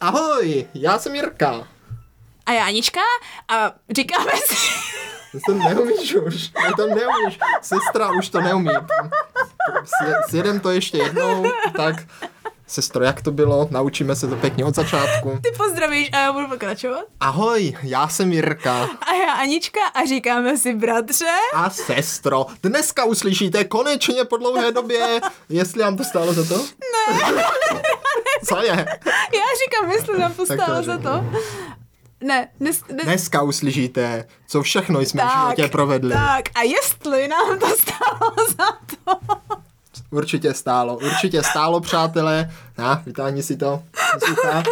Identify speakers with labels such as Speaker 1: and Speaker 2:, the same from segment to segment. Speaker 1: Ahoj, já jsem Jirka.
Speaker 2: A já Anička a říkáme si...
Speaker 1: Ty to neumíš už, ty to neumíš. Sestra už to neumí. S- Sjedem to ještě jednou, tak... Sestro, jak to bylo? Naučíme se to pěkně od začátku.
Speaker 2: Ty pozdravíš a já budu pokračovat.
Speaker 1: Ahoj, já jsem Jirka.
Speaker 2: A já Anička a říkáme si bratře.
Speaker 1: A sestro, dneska uslyšíte konečně po dlouhé době, jestli vám to stálo za to? Ne. Co je?
Speaker 2: Já říkám, jestli nám to
Speaker 1: Tak to
Speaker 2: stálo za
Speaker 1: řekni.
Speaker 2: to. Ne, nes, nes,
Speaker 1: Dneska uslyšíte, co všechno jsme v životě provedli.
Speaker 2: Tak, a jestli nám to stálo za to.
Speaker 1: Určitě stálo, určitě stálo, přátelé. Na, vytáhni si to. ze Sucha.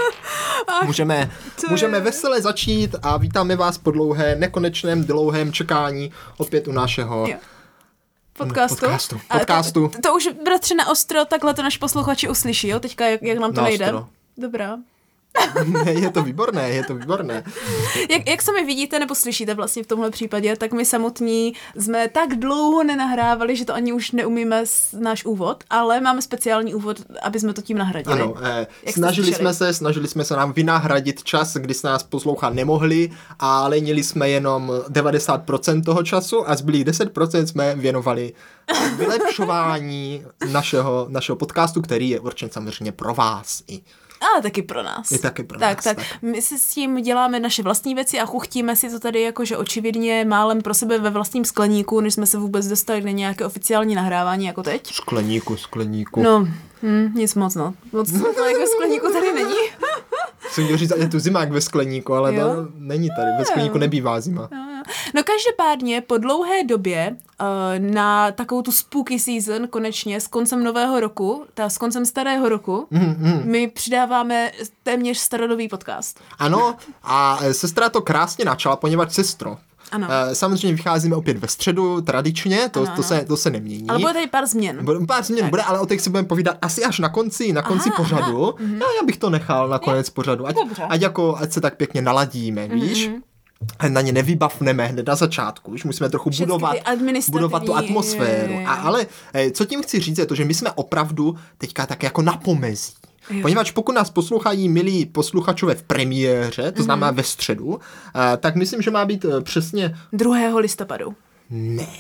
Speaker 1: Můžeme,
Speaker 2: to
Speaker 1: můžeme
Speaker 2: je-
Speaker 1: vesele začít a vítáme vás po dlouhé, nekonečném, dlouhém čekání opět u našeho.
Speaker 2: Jo. Podcastu.
Speaker 1: Podcastu.
Speaker 2: A
Speaker 1: Podcastu.
Speaker 2: To, to už, bratře, na ostro, takhle to naši posluchači uslyší, jo? Teďka, jak, jak nám to
Speaker 1: Na
Speaker 2: nejde.
Speaker 1: ostro.
Speaker 2: Dobrá.
Speaker 1: je to výborné, je to výborné.
Speaker 2: Jak, jak sami vidíte nebo slyšíte vlastně v tomhle případě, tak my samotní jsme tak dlouho nenahrávali, že to ani už neumíme s, náš úvod, ale máme speciální úvod, aby jsme to tím nahradili.
Speaker 1: Ano, eh,
Speaker 2: jste
Speaker 1: snažili
Speaker 2: slyšeli.
Speaker 1: jsme se, snažili jsme se nám vynahradit čas, kdy se nás poslouchat nemohli a lenili jsme jenom 90% toho času a zbylých 10% jsme věnovali vylepšování našeho, našeho podcastu, který je určen samozřejmě pro vás i.
Speaker 2: Ale taky pro nás.
Speaker 1: I taky pro
Speaker 2: tak,
Speaker 1: nás,
Speaker 2: Tak,
Speaker 1: tak.
Speaker 2: My si s tím děláme naše vlastní věci a chuchtíme si to tady jakože očividně málem pro sebe ve vlastním skleníku, než jsme se vůbec dostali na nějaké oficiální nahrávání jako teď.
Speaker 1: Skleníku, skleníku.
Speaker 2: No, hm, nic moc, no. Moc to jako skleníku tady není.
Speaker 1: Jsem chtěl říct, je tu zimák ve skleníku, ale
Speaker 2: Jo?
Speaker 1: to není tady. Ve skleníku nebývá zima.
Speaker 2: No každopádně po dlouhé době uh, na takovou tu spooky season konečně s koncem nového roku, ta s koncem starého roku, my přidáváme téměř starodový podcast.
Speaker 1: Ano, a eh, sestra to krásně načala, poněvadž sestro.
Speaker 2: Ano.
Speaker 1: eh, Samozřejmě vycházíme opět ve středu, tradičně, to,
Speaker 2: Ano,
Speaker 1: to,
Speaker 2: ano.
Speaker 1: Se, to se nemění.
Speaker 2: Ale bude tady pár změn.
Speaker 1: Bude- Pár změn bude, ale o těch si budeme povídat asi až na konci, na konci aha, pořadu. Aha. Já, já bych to nechal na konec pořadu, ať,
Speaker 2: mhm. Dobře. Mhm.
Speaker 1: ať, jako, ať se tak pěkně naladíme, víš? A na ně nevybavneme hned na začátku, už musíme trochu
Speaker 2: Všechny ty
Speaker 1: budovat,
Speaker 2: administrativní-
Speaker 1: budovat tu atmosféru.
Speaker 2: je, je, je.
Speaker 1: A, ale eh, co tím chci říct je to, že my jsme opravdu teďka tak jako na pomezí. Poněvadž pokud nás poslouchají milí posluchačové v premiéře, to
Speaker 2: Mhm.
Speaker 1: znamená ve středu, eh, tak myslím, že má být eh, přesně...
Speaker 2: 2. listopadu.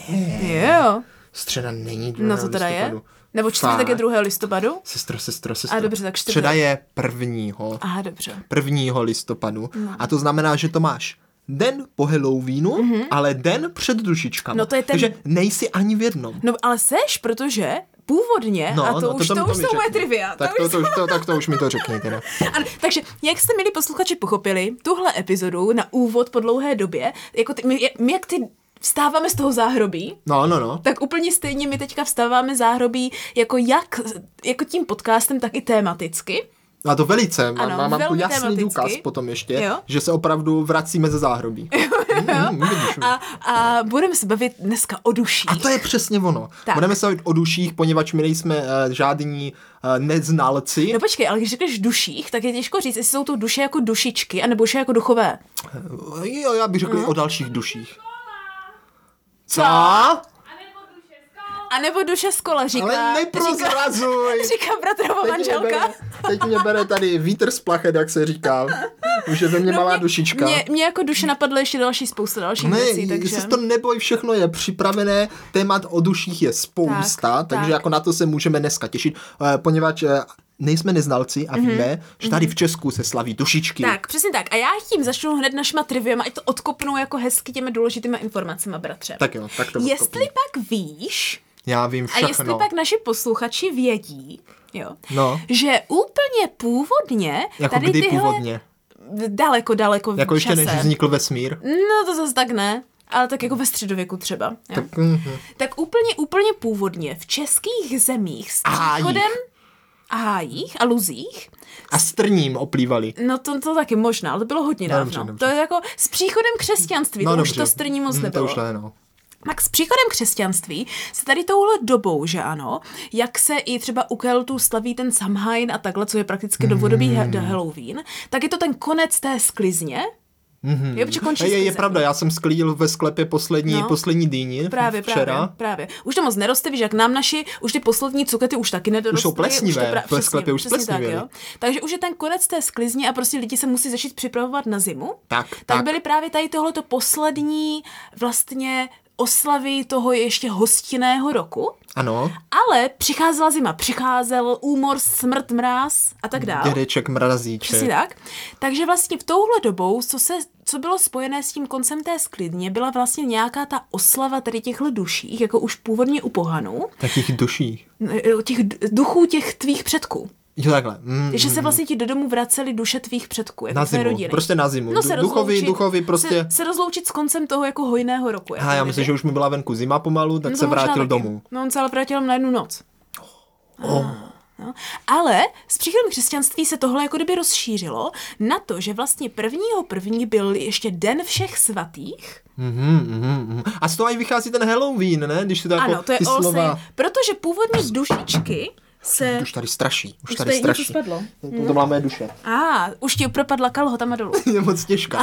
Speaker 2: Ne. Jo.
Speaker 1: Středa není 2.
Speaker 2: No to teda
Speaker 1: listopadu.
Speaker 2: je. Nebo čtvrtek je
Speaker 1: Fakt.
Speaker 2: 2. listopadu?
Speaker 1: Sestro, sestro, sestro.
Speaker 2: A dobře, tak čtvrtek.
Speaker 1: Středa je prvního.
Speaker 2: Aha, dobře.
Speaker 1: Prvního listopadu.
Speaker 2: No.
Speaker 1: A to znamená, že to máš den po Halloweenu, mm-hmm. ale den před dušičkama.
Speaker 2: Mhm. No to je ten-
Speaker 1: Takže nejsi ani v jednom.
Speaker 2: No ale seš, protože původně, no, a to, no, už, to,
Speaker 1: mi-
Speaker 2: to, už
Speaker 1: mi
Speaker 2: jsou moje
Speaker 1: řekni.
Speaker 2: trivia.
Speaker 1: Tak
Speaker 2: to
Speaker 1: to,
Speaker 2: už
Speaker 1: to, už- to, tak to už mi to řekni teda.
Speaker 2: Ano, takže, jak jste, milí posluchači, pochopili, tuhle epizodu na úvod po dlouhé době, jako ty, my, my jak ty vstáváme z toho záhrobí,
Speaker 1: No, no, no.
Speaker 2: tak úplně stejně my teďka vstáváme záhrobí jako jak, jako tím podcastem, tak i tematicky.
Speaker 1: A to velice. Mám,
Speaker 2: Ano,
Speaker 1: mám, mám tu
Speaker 2: velmi
Speaker 1: jasný
Speaker 2: tematicky.
Speaker 1: důkaz potom ještě,
Speaker 2: Jo.
Speaker 1: že se opravdu vracíme ze záhrobí. Mm, vidíš,
Speaker 2: A, a budeme se bavit dneska o duších.
Speaker 1: A to je přesně ono.
Speaker 2: Tak.
Speaker 1: Budeme se bavit o duších, poněvadž my nejsme uh, žádní uh, neznalci.
Speaker 2: No počkej, ale když řekneš duších, tak je těžko říct, jestli jsou to duše jako dušičky, anebo duše jako duchové.
Speaker 1: Jo, já bych řekl i o dalších duších. Co?
Speaker 2: A nebo duše z kola, říká,
Speaker 1: Ale
Speaker 2: říká,
Speaker 1: neprozrazuj!
Speaker 2: říká bratrova
Speaker 1: Teď mě,
Speaker 2: manželka.
Speaker 1: bere, teď mě bere tady vítr z plachet, jak se říká. Už je ve mně malá dušička.
Speaker 2: No Mě, mě jako duše napadlo ještě další spousta dalších
Speaker 1: Ne,
Speaker 2: věcí,
Speaker 1: takže...
Speaker 2: takže...
Speaker 1: se to neboj, všechno je připravené, témat o duších je spousta,
Speaker 2: Tak,
Speaker 1: tak, takže
Speaker 2: tak.
Speaker 1: jako na to se můžeme dneska těšit, eh, poněvadž eh, nejsme neznalci a víme, že tady v Česku se slaví dušičky.
Speaker 2: Mhm. Tak, přesně tak. A já tím začnu hned našima triviama, ať to odkopnou jako hezky těmi důležitými informacemi, bratře.
Speaker 1: Tak jo, tak to
Speaker 2: Jestli
Speaker 1: odkopni.
Speaker 2: pak víš,
Speaker 1: Já vím
Speaker 2: a
Speaker 1: všechno.
Speaker 2: jestli pak naši posluchači vědí, jo,
Speaker 1: No.
Speaker 2: že úplně původně
Speaker 1: Jako
Speaker 2: tady
Speaker 1: kdy
Speaker 2: tyhle
Speaker 1: původně?
Speaker 2: daleko, daleko v
Speaker 1: Jako ještě
Speaker 2: čase.
Speaker 1: než vznikl vesmír?
Speaker 2: No to zase tak ne, ale tak jako ve středověku třeba. Jo? Tak,
Speaker 1: Mhm.
Speaker 2: tak úplně, úplně původně v českých zemích s
Speaker 1: A hájích.
Speaker 2: příchodem a hájích a luzích
Speaker 1: A strním oplývali.
Speaker 2: No to, to taky možná, ale to bylo hodně
Speaker 1: No,
Speaker 2: dávno.
Speaker 1: dobře,
Speaker 2: No,
Speaker 1: dobře. No
Speaker 2: To je jako s příchodem křesťanství, no, to No už to strní moc
Speaker 1: Mm,
Speaker 2: nebylo.
Speaker 1: To už ne, no.
Speaker 2: Tak s příchodem křesťanství se tady touhle dobou, že ano, jak se i třeba u Keltů slaví ten Samhain a takhle, co je prakticky novodobý mm. Halloween, tak je to ten konec té sklizně, Mm-hmm. Jo, protože končí
Speaker 1: Mhm. je, je, je
Speaker 2: sklizeň.
Speaker 1: pravda, já jsem sklidil ve sklepě poslední,
Speaker 2: No.
Speaker 1: no. poslední dýni
Speaker 2: Právě,
Speaker 1: včera.
Speaker 2: právě, právě. Už to moc neroste, víš, jak nám naši, už ty poslední cukety už taky nedorostly.
Speaker 1: Už jsou plesnivé, v
Speaker 2: přesně,
Speaker 1: sklepě už
Speaker 2: přesně
Speaker 1: plesnivěly.
Speaker 2: Takže už je ten konec té sklizně a prostě lidi se musí začít připravovat na zimu.
Speaker 1: Tak,
Speaker 2: tak.
Speaker 1: tak.
Speaker 2: byly právě tady tohleto poslední vlastně oslavy toho ještě hostinného roku.
Speaker 1: Ano,
Speaker 2: Ale přicházela zima, přicházel úmor, smrt, mráz a tak dále.
Speaker 1: dědeček mrazíček.
Speaker 2: Přesně tak. Takže vlastně v touhle dobou, co, se, co bylo spojené s tím koncem té sklidně, byla vlastně nějaká ta oslava tady těchto duší, jako už původně u pohanů,
Speaker 1: Takých duší.
Speaker 2: eh, těch d- duchů těch tvých předků.
Speaker 1: Jo, takhle. Mm,
Speaker 2: Takže se vlastně ti do domu vracely duše tvých předků, jako
Speaker 1: na
Speaker 2: z té
Speaker 1: zimu,
Speaker 2: rodiny.
Speaker 1: prostě na zimu.
Speaker 2: No,
Speaker 1: Du-
Speaker 2: se
Speaker 1: duchovi,
Speaker 2: rozloučit-
Speaker 1: duchovi prostě...
Speaker 2: Se, se rozloučit s koncem toho jako No hojného roku.
Speaker 1: A já myslím, že už mi byla venku zima pomalu, tak se vrátil domů. Oh,
Speaker 2: No on se ale vrátil na jednu noc. No. Ale s příchodem křesťanství se tohle jako kdyby rozšířilo na to, že vlastně prvního první byl ještě den všech svatých.
Speaker 1: Mhm, mhm, mhm. A z toho i vychází ten Halloween, ne? Když to tak
Speaker 2: ano,
Speaker 1: jako
Speaker 2: to je
Speaker 1: ty
Speaker 2: all
Speaker 1: slova...
Speaker 2: same. Protože původní dušičky se...
Speaker 1: Už tady straší, už,
Speaker 2: Už
Speaker 1: tady
Speaker 2: tady něco
Speaker 1: straší.
Speaker 2: spadlo.
Speaker 1: To, to byla moje duše.
Speaker 2: A, ah, už ti propadla kalhotama dolů.
Speaker 1: Je moc těžká.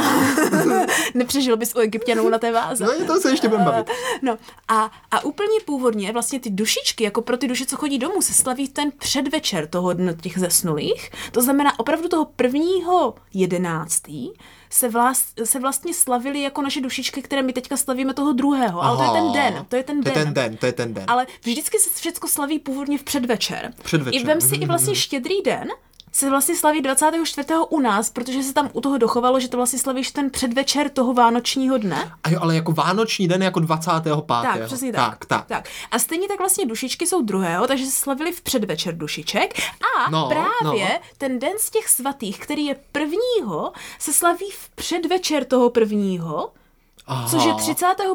Speaker 2: Nepřežil bys u Egyptěnů na té váze.
Speaker 1: No, to se ještě budeme bavit.
Speaker 2: No a, a úplně původně vlastně ty dušičky, jako pro ty duše, co chodí domů, se slaví ten předvečer toho dne těch zesnulých. To znamená opravdu toho prvního jedenáctý se, vlast, se vlastně slavili jako naše dušičky, které my teďka slavíme toho druhého. Ale to je ten den, to je ten den.
Speaker 1: To je ten den, to je ten den.
Speaker 2: Ale vždycky se všechno slaví původně v předvečer.
Speaker 1: Předvečer,
Speaker 2: I vem si i vlastně štědrý den, se vlastně slaví 24. u nás, protože se tam u toho dochovalo, že to vlastně slavíš ten předvečer toho vánočního dne.
Speaker 1: A jo, ale jako vánoční den je jako 25.
Speaker 2: Tak, přesně tak.
Speaker 1: Tak, tak.
Speaker 2: tak. A stejně tak vlastně dušičky jsou druhého, takže se slavili v předvečer dušiček. A
Speaker 1: No,
Speaker 2: právě
Speaker 1: no.
Speaker 2: ten den z těch svatých, který je prvního, se slaví v předvečer toho prvního,
Speaker 1: Aha.
Speaker 2: což je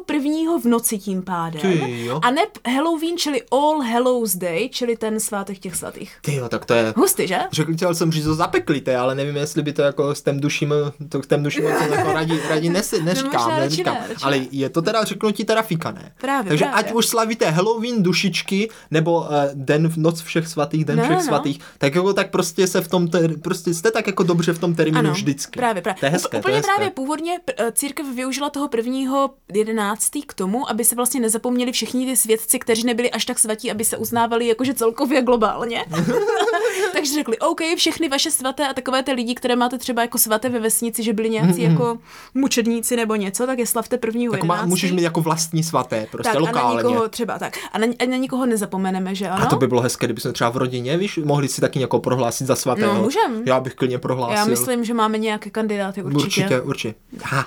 Speaker 2: 31. v noci tím pádem.
Speaker 1: Ty jo.
Speaker 2: A ne Halloween, čili All Hallows Day, čili ten svátek těch svatých.
Speaker 1: Ty jo, tak to je...
Speaker 2: Hustý, že?
Speaker 1: Řekl chtěl jsem říct, to zapeklité, ale nevím, jestli by to jako s tém duším, to k tém duším to jako radí, radí nesi, neříkám,
Speaker 2: No, možná radši
Speaker 1: neříkám.
Speaker 2: ne, radši
Speaker 1: ale
Speaker 2: ne.
Speaker 1: je to teda řeknutí teda fikané.
Speaker 2: Právě,
Speaker 1: Takže
Speaker 2: právě.
Speaker 1: ať už slavíte Halloween dušičky, nebo uh, den v noc všech svatých, den
Speaker 2: No,
Speaker 1: no, všech
Speaker 2: no.
Speaker 1: no. svatých, tak jako tak prostě se v tom, ter, prostě jste tak jako dobře v tom termínu
Speaker 2: Ano,
Speaker 1: vždycky.
Speaker 2: právě, právě.
Speaker 1: To je hezké,
Speaker 2: Up- Úplně
Speaker 1: to je hezké.
Speaker 2: právě původně pr- eh, církev využila toho prvního jedenáctý k tomu, aby se vlastně nezapomněli všichni ty svědci, kteří nebyli až tak svatí, aby se uznávali jakože celkově globálně. Takže řekli, OK, všechny vaše svaté a takové ty lidi, které máte třeba jako svaté ve vesnici, že byli nějací jako mučedníci nebo něco, tak je slavte prvního
Speaker 1: Jako Mhm, má,
Speaker 2: jedenáctý.
Speaker 1: můžeš mít jako vlastní svaté, prostě
Speaker 2: tak, a na
Speaker 1: lokálně.
Speaker 2: nikoho třeba tak. A na, a na nikoho nezapomeneme, že ano?
Speaker 1: A to by bylo hezké, kdybychom třeba v rodině, víš, mohli si taky někoho prohlásit za svatého.
Speaker 2: No, můžem.
Speaker 1: Já bych klidně prohlásil.
Speaker 2: Já myslím, že máme nějaké kandidáty určitě.
Speaker 1: Určitě, určitě. Ha,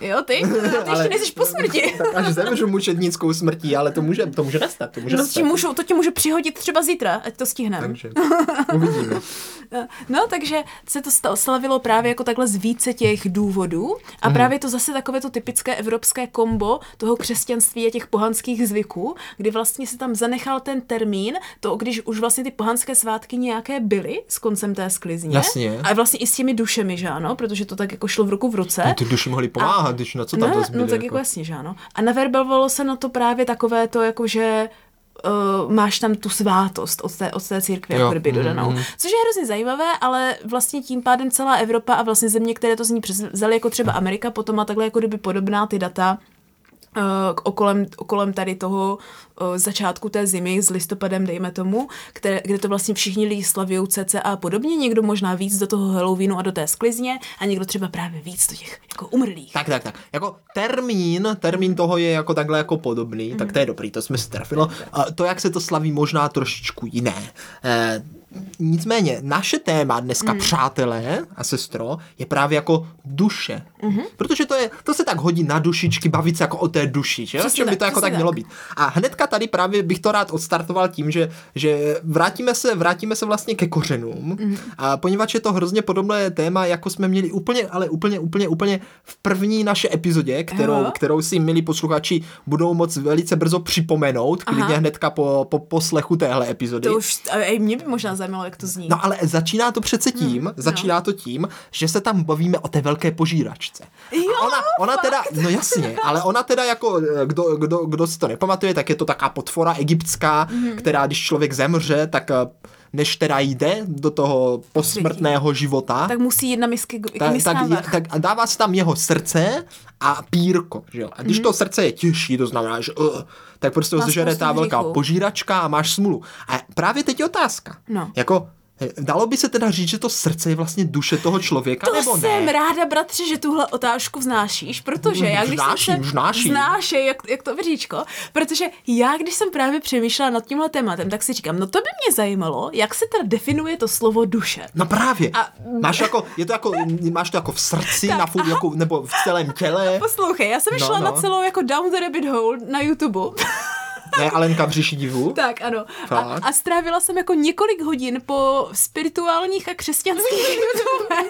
Speaker 2: Jo, ty? Ty ještě
Speaker 1: Ale-
Speaker 2: nejsi po smrti.
Speaker 1: tak až zemřu mučednickou smrtí, ale to může, to může nastat, to může
Speaker 2: No, to, ti
Speaker 1: nastat.
Speaker 2: můžu, to ti můžu přihodit třeba zítra, ať to stihneme.
Speaker 1: Takže uvidíme.
Speaker 2: No, takže se to sta- oslavilo právě jako takhle z více těch důvodů
Speaker 1: Mhm.
Speaker 2: a právě to zase takové to typické evropské kombo toho křesťanství a těch pohanských zvyků, kdy vlastně se tam zanechal ten termín, to když už vlastně ty pohanské svátky nějaké byly s koncem té sklizně.
Speaker 1: Jasně.
Speaker 2: A vlastně i s těmi dušemi, že ano, protože to tak jako šlo v ruku v ruce.
Speaker 1: No, ty duši mohli pomáhat, když no, co tam to
Speaker 2: no,
Speaker 1: zbyli,
Speaker 2: no tak jako jasně, že ano. A naverbovalo se na to právě takové to, jako že uh, máš tam tu svátost od té, od té církve,
Speaker 1: Jo,
Speaker 2: jako kdyby
Speaker 1: mm,
Speaker 2: dodanou.
Speaker 1: mm.
Speaker 2: Což je hrozně zajímavé, ale vlastně tím pádem celá Evropa a vlastně země, které to z ní převzaly, jako třeba Amerika, potom má takhle jako kdyby podobná ty data, eh, k- okolem, okolem tady toho eh, začátku té zimy s listopadem, dejme tomu, které, kde to vlastně všichni lidi slaví CCA a podobně, někdo možná víc do toho Halloweenu a do té sklizně a někdo třeba právě víc do těch jako umrlých.
Speaker 1: Tak, tak, tak. Jako termín, termín toho je jako takhle jako podobný,
Speaker 2: Mhm.
Speaker 1: tak to je dobrý, to jsme si trefilo. A to, jak se to slaví, možná trošičku jiné. E, nicméně, naše téma dneska,
Speaker 2: Mhm.
Speaker 1: přátelé a sestro, je právě jako duše.
Speaker 2: Mhm.
Speaker 1: Protože to, je, to se tak hodí na dušičky, bavit se jako o té duši, že?
Speaker 2: Přesně
Speaker 1: Přesně, by
Speaker 2: tak,
Speaker 1: to jako
Speaker 2: přesně
Speaker 1: tak
Speaker 2: tak.
Speaker 1: mělo být. A hnedka tady právě bych to rád odstartoval tím, že, že vrátíme, se, vrátíme se vlastně ke kořenům, a poněvadž je to hrozně podobné téma, jako jsme měli úplně, ale úplně, úplně, úplně v první naše epizodě, kterou,
Speaker 2: Jo.
Speaker 1: kterou si milí posluchači budou moc velice brzo připomenout, klidně
Speaker 2: Aha.
Speaker 1: hnedka po, po poslechu téhle epizody.
Speaker 2: To už, a i mě by možná zajímalo, jak to zní.
Speaker 1: No ale začíná to přece tím,
Speaker 2: Hmm,
Speaker 1: začíná to tím, že se tam bavíme o té velké požíračce.
Speaker 2: Jo,
Speaker 1: A ona, ona
Speaker 2: fakt.
Speaker 1: teda, no jasně, ale ona teda jako, eh, kdo, kdo, kdo si to nepamatuje, tak je to taká potvora egyptská,
Speaker 2: Hmm.
Speaker 1: která když člověk zemře, tak eh, než teda jde do toho posmrtného života,
Speaker 2: Tak musí jít na misky, ta,
Speaker 1: tak, tak,
Speaker 2: tak,
Speaker 1: je- tak a dává se tam jeho srdce a pírko, že jo. A když mm-hmm. to srdce je těžší, to znamená, že uh, tak prostě ho
Speaker 2: Má
Speaker 1: sežere
Speaker 2: Mhm. spoustu
Speaker 1: ta velká
Speaker 2: hříchů.
Speaker 1: požíračka a máš smůlu. A právě teď je otázka.
Speaker 2: No.
Speaker 1: Jako, eh, dalo by se teda říct, že to srdce je vlastně duše toho člověka,
Speaker 2: To
Speaker 1: nebo
Speaker 2: jsem
Speaker 1: ne?
Speaker 2: ráda, bratře, že tuhle otázku vznášíš, protože já když
Speaker 1: Vznáším,
Speaker 2: jsem se...
Speaker 1: vznáším.
Speaker 2: Vznášej, jak, jak to vříčko. Protože já, když jsem právě přemýšlela nad tímhle tématem, tak si říkám, no to by mě zajímalo, jak se teda definuje to slovo duše.
Speaker 1: No právě.
Speaker 2: A-
Speaker 1: A... Máš, jako, je to jako, máš to jako v srdci, na furt, jako, nebo v celém těle.
Speaker 2: Poslouchej, já jsem
Speaker 1: No,
Speaker 2: šla
Speaker 1: no.
Speaker 2: na celou jako Down the Rabbit Hole na YouTube.
Speaker 1: Ne, Alenka v říši divu.
Speaker 2: tak, ano. A,
Speaker 1: Fakt?
Speaker 2: a strávila jsem jako několik hodin po spirituálních a křesťanských YouTube.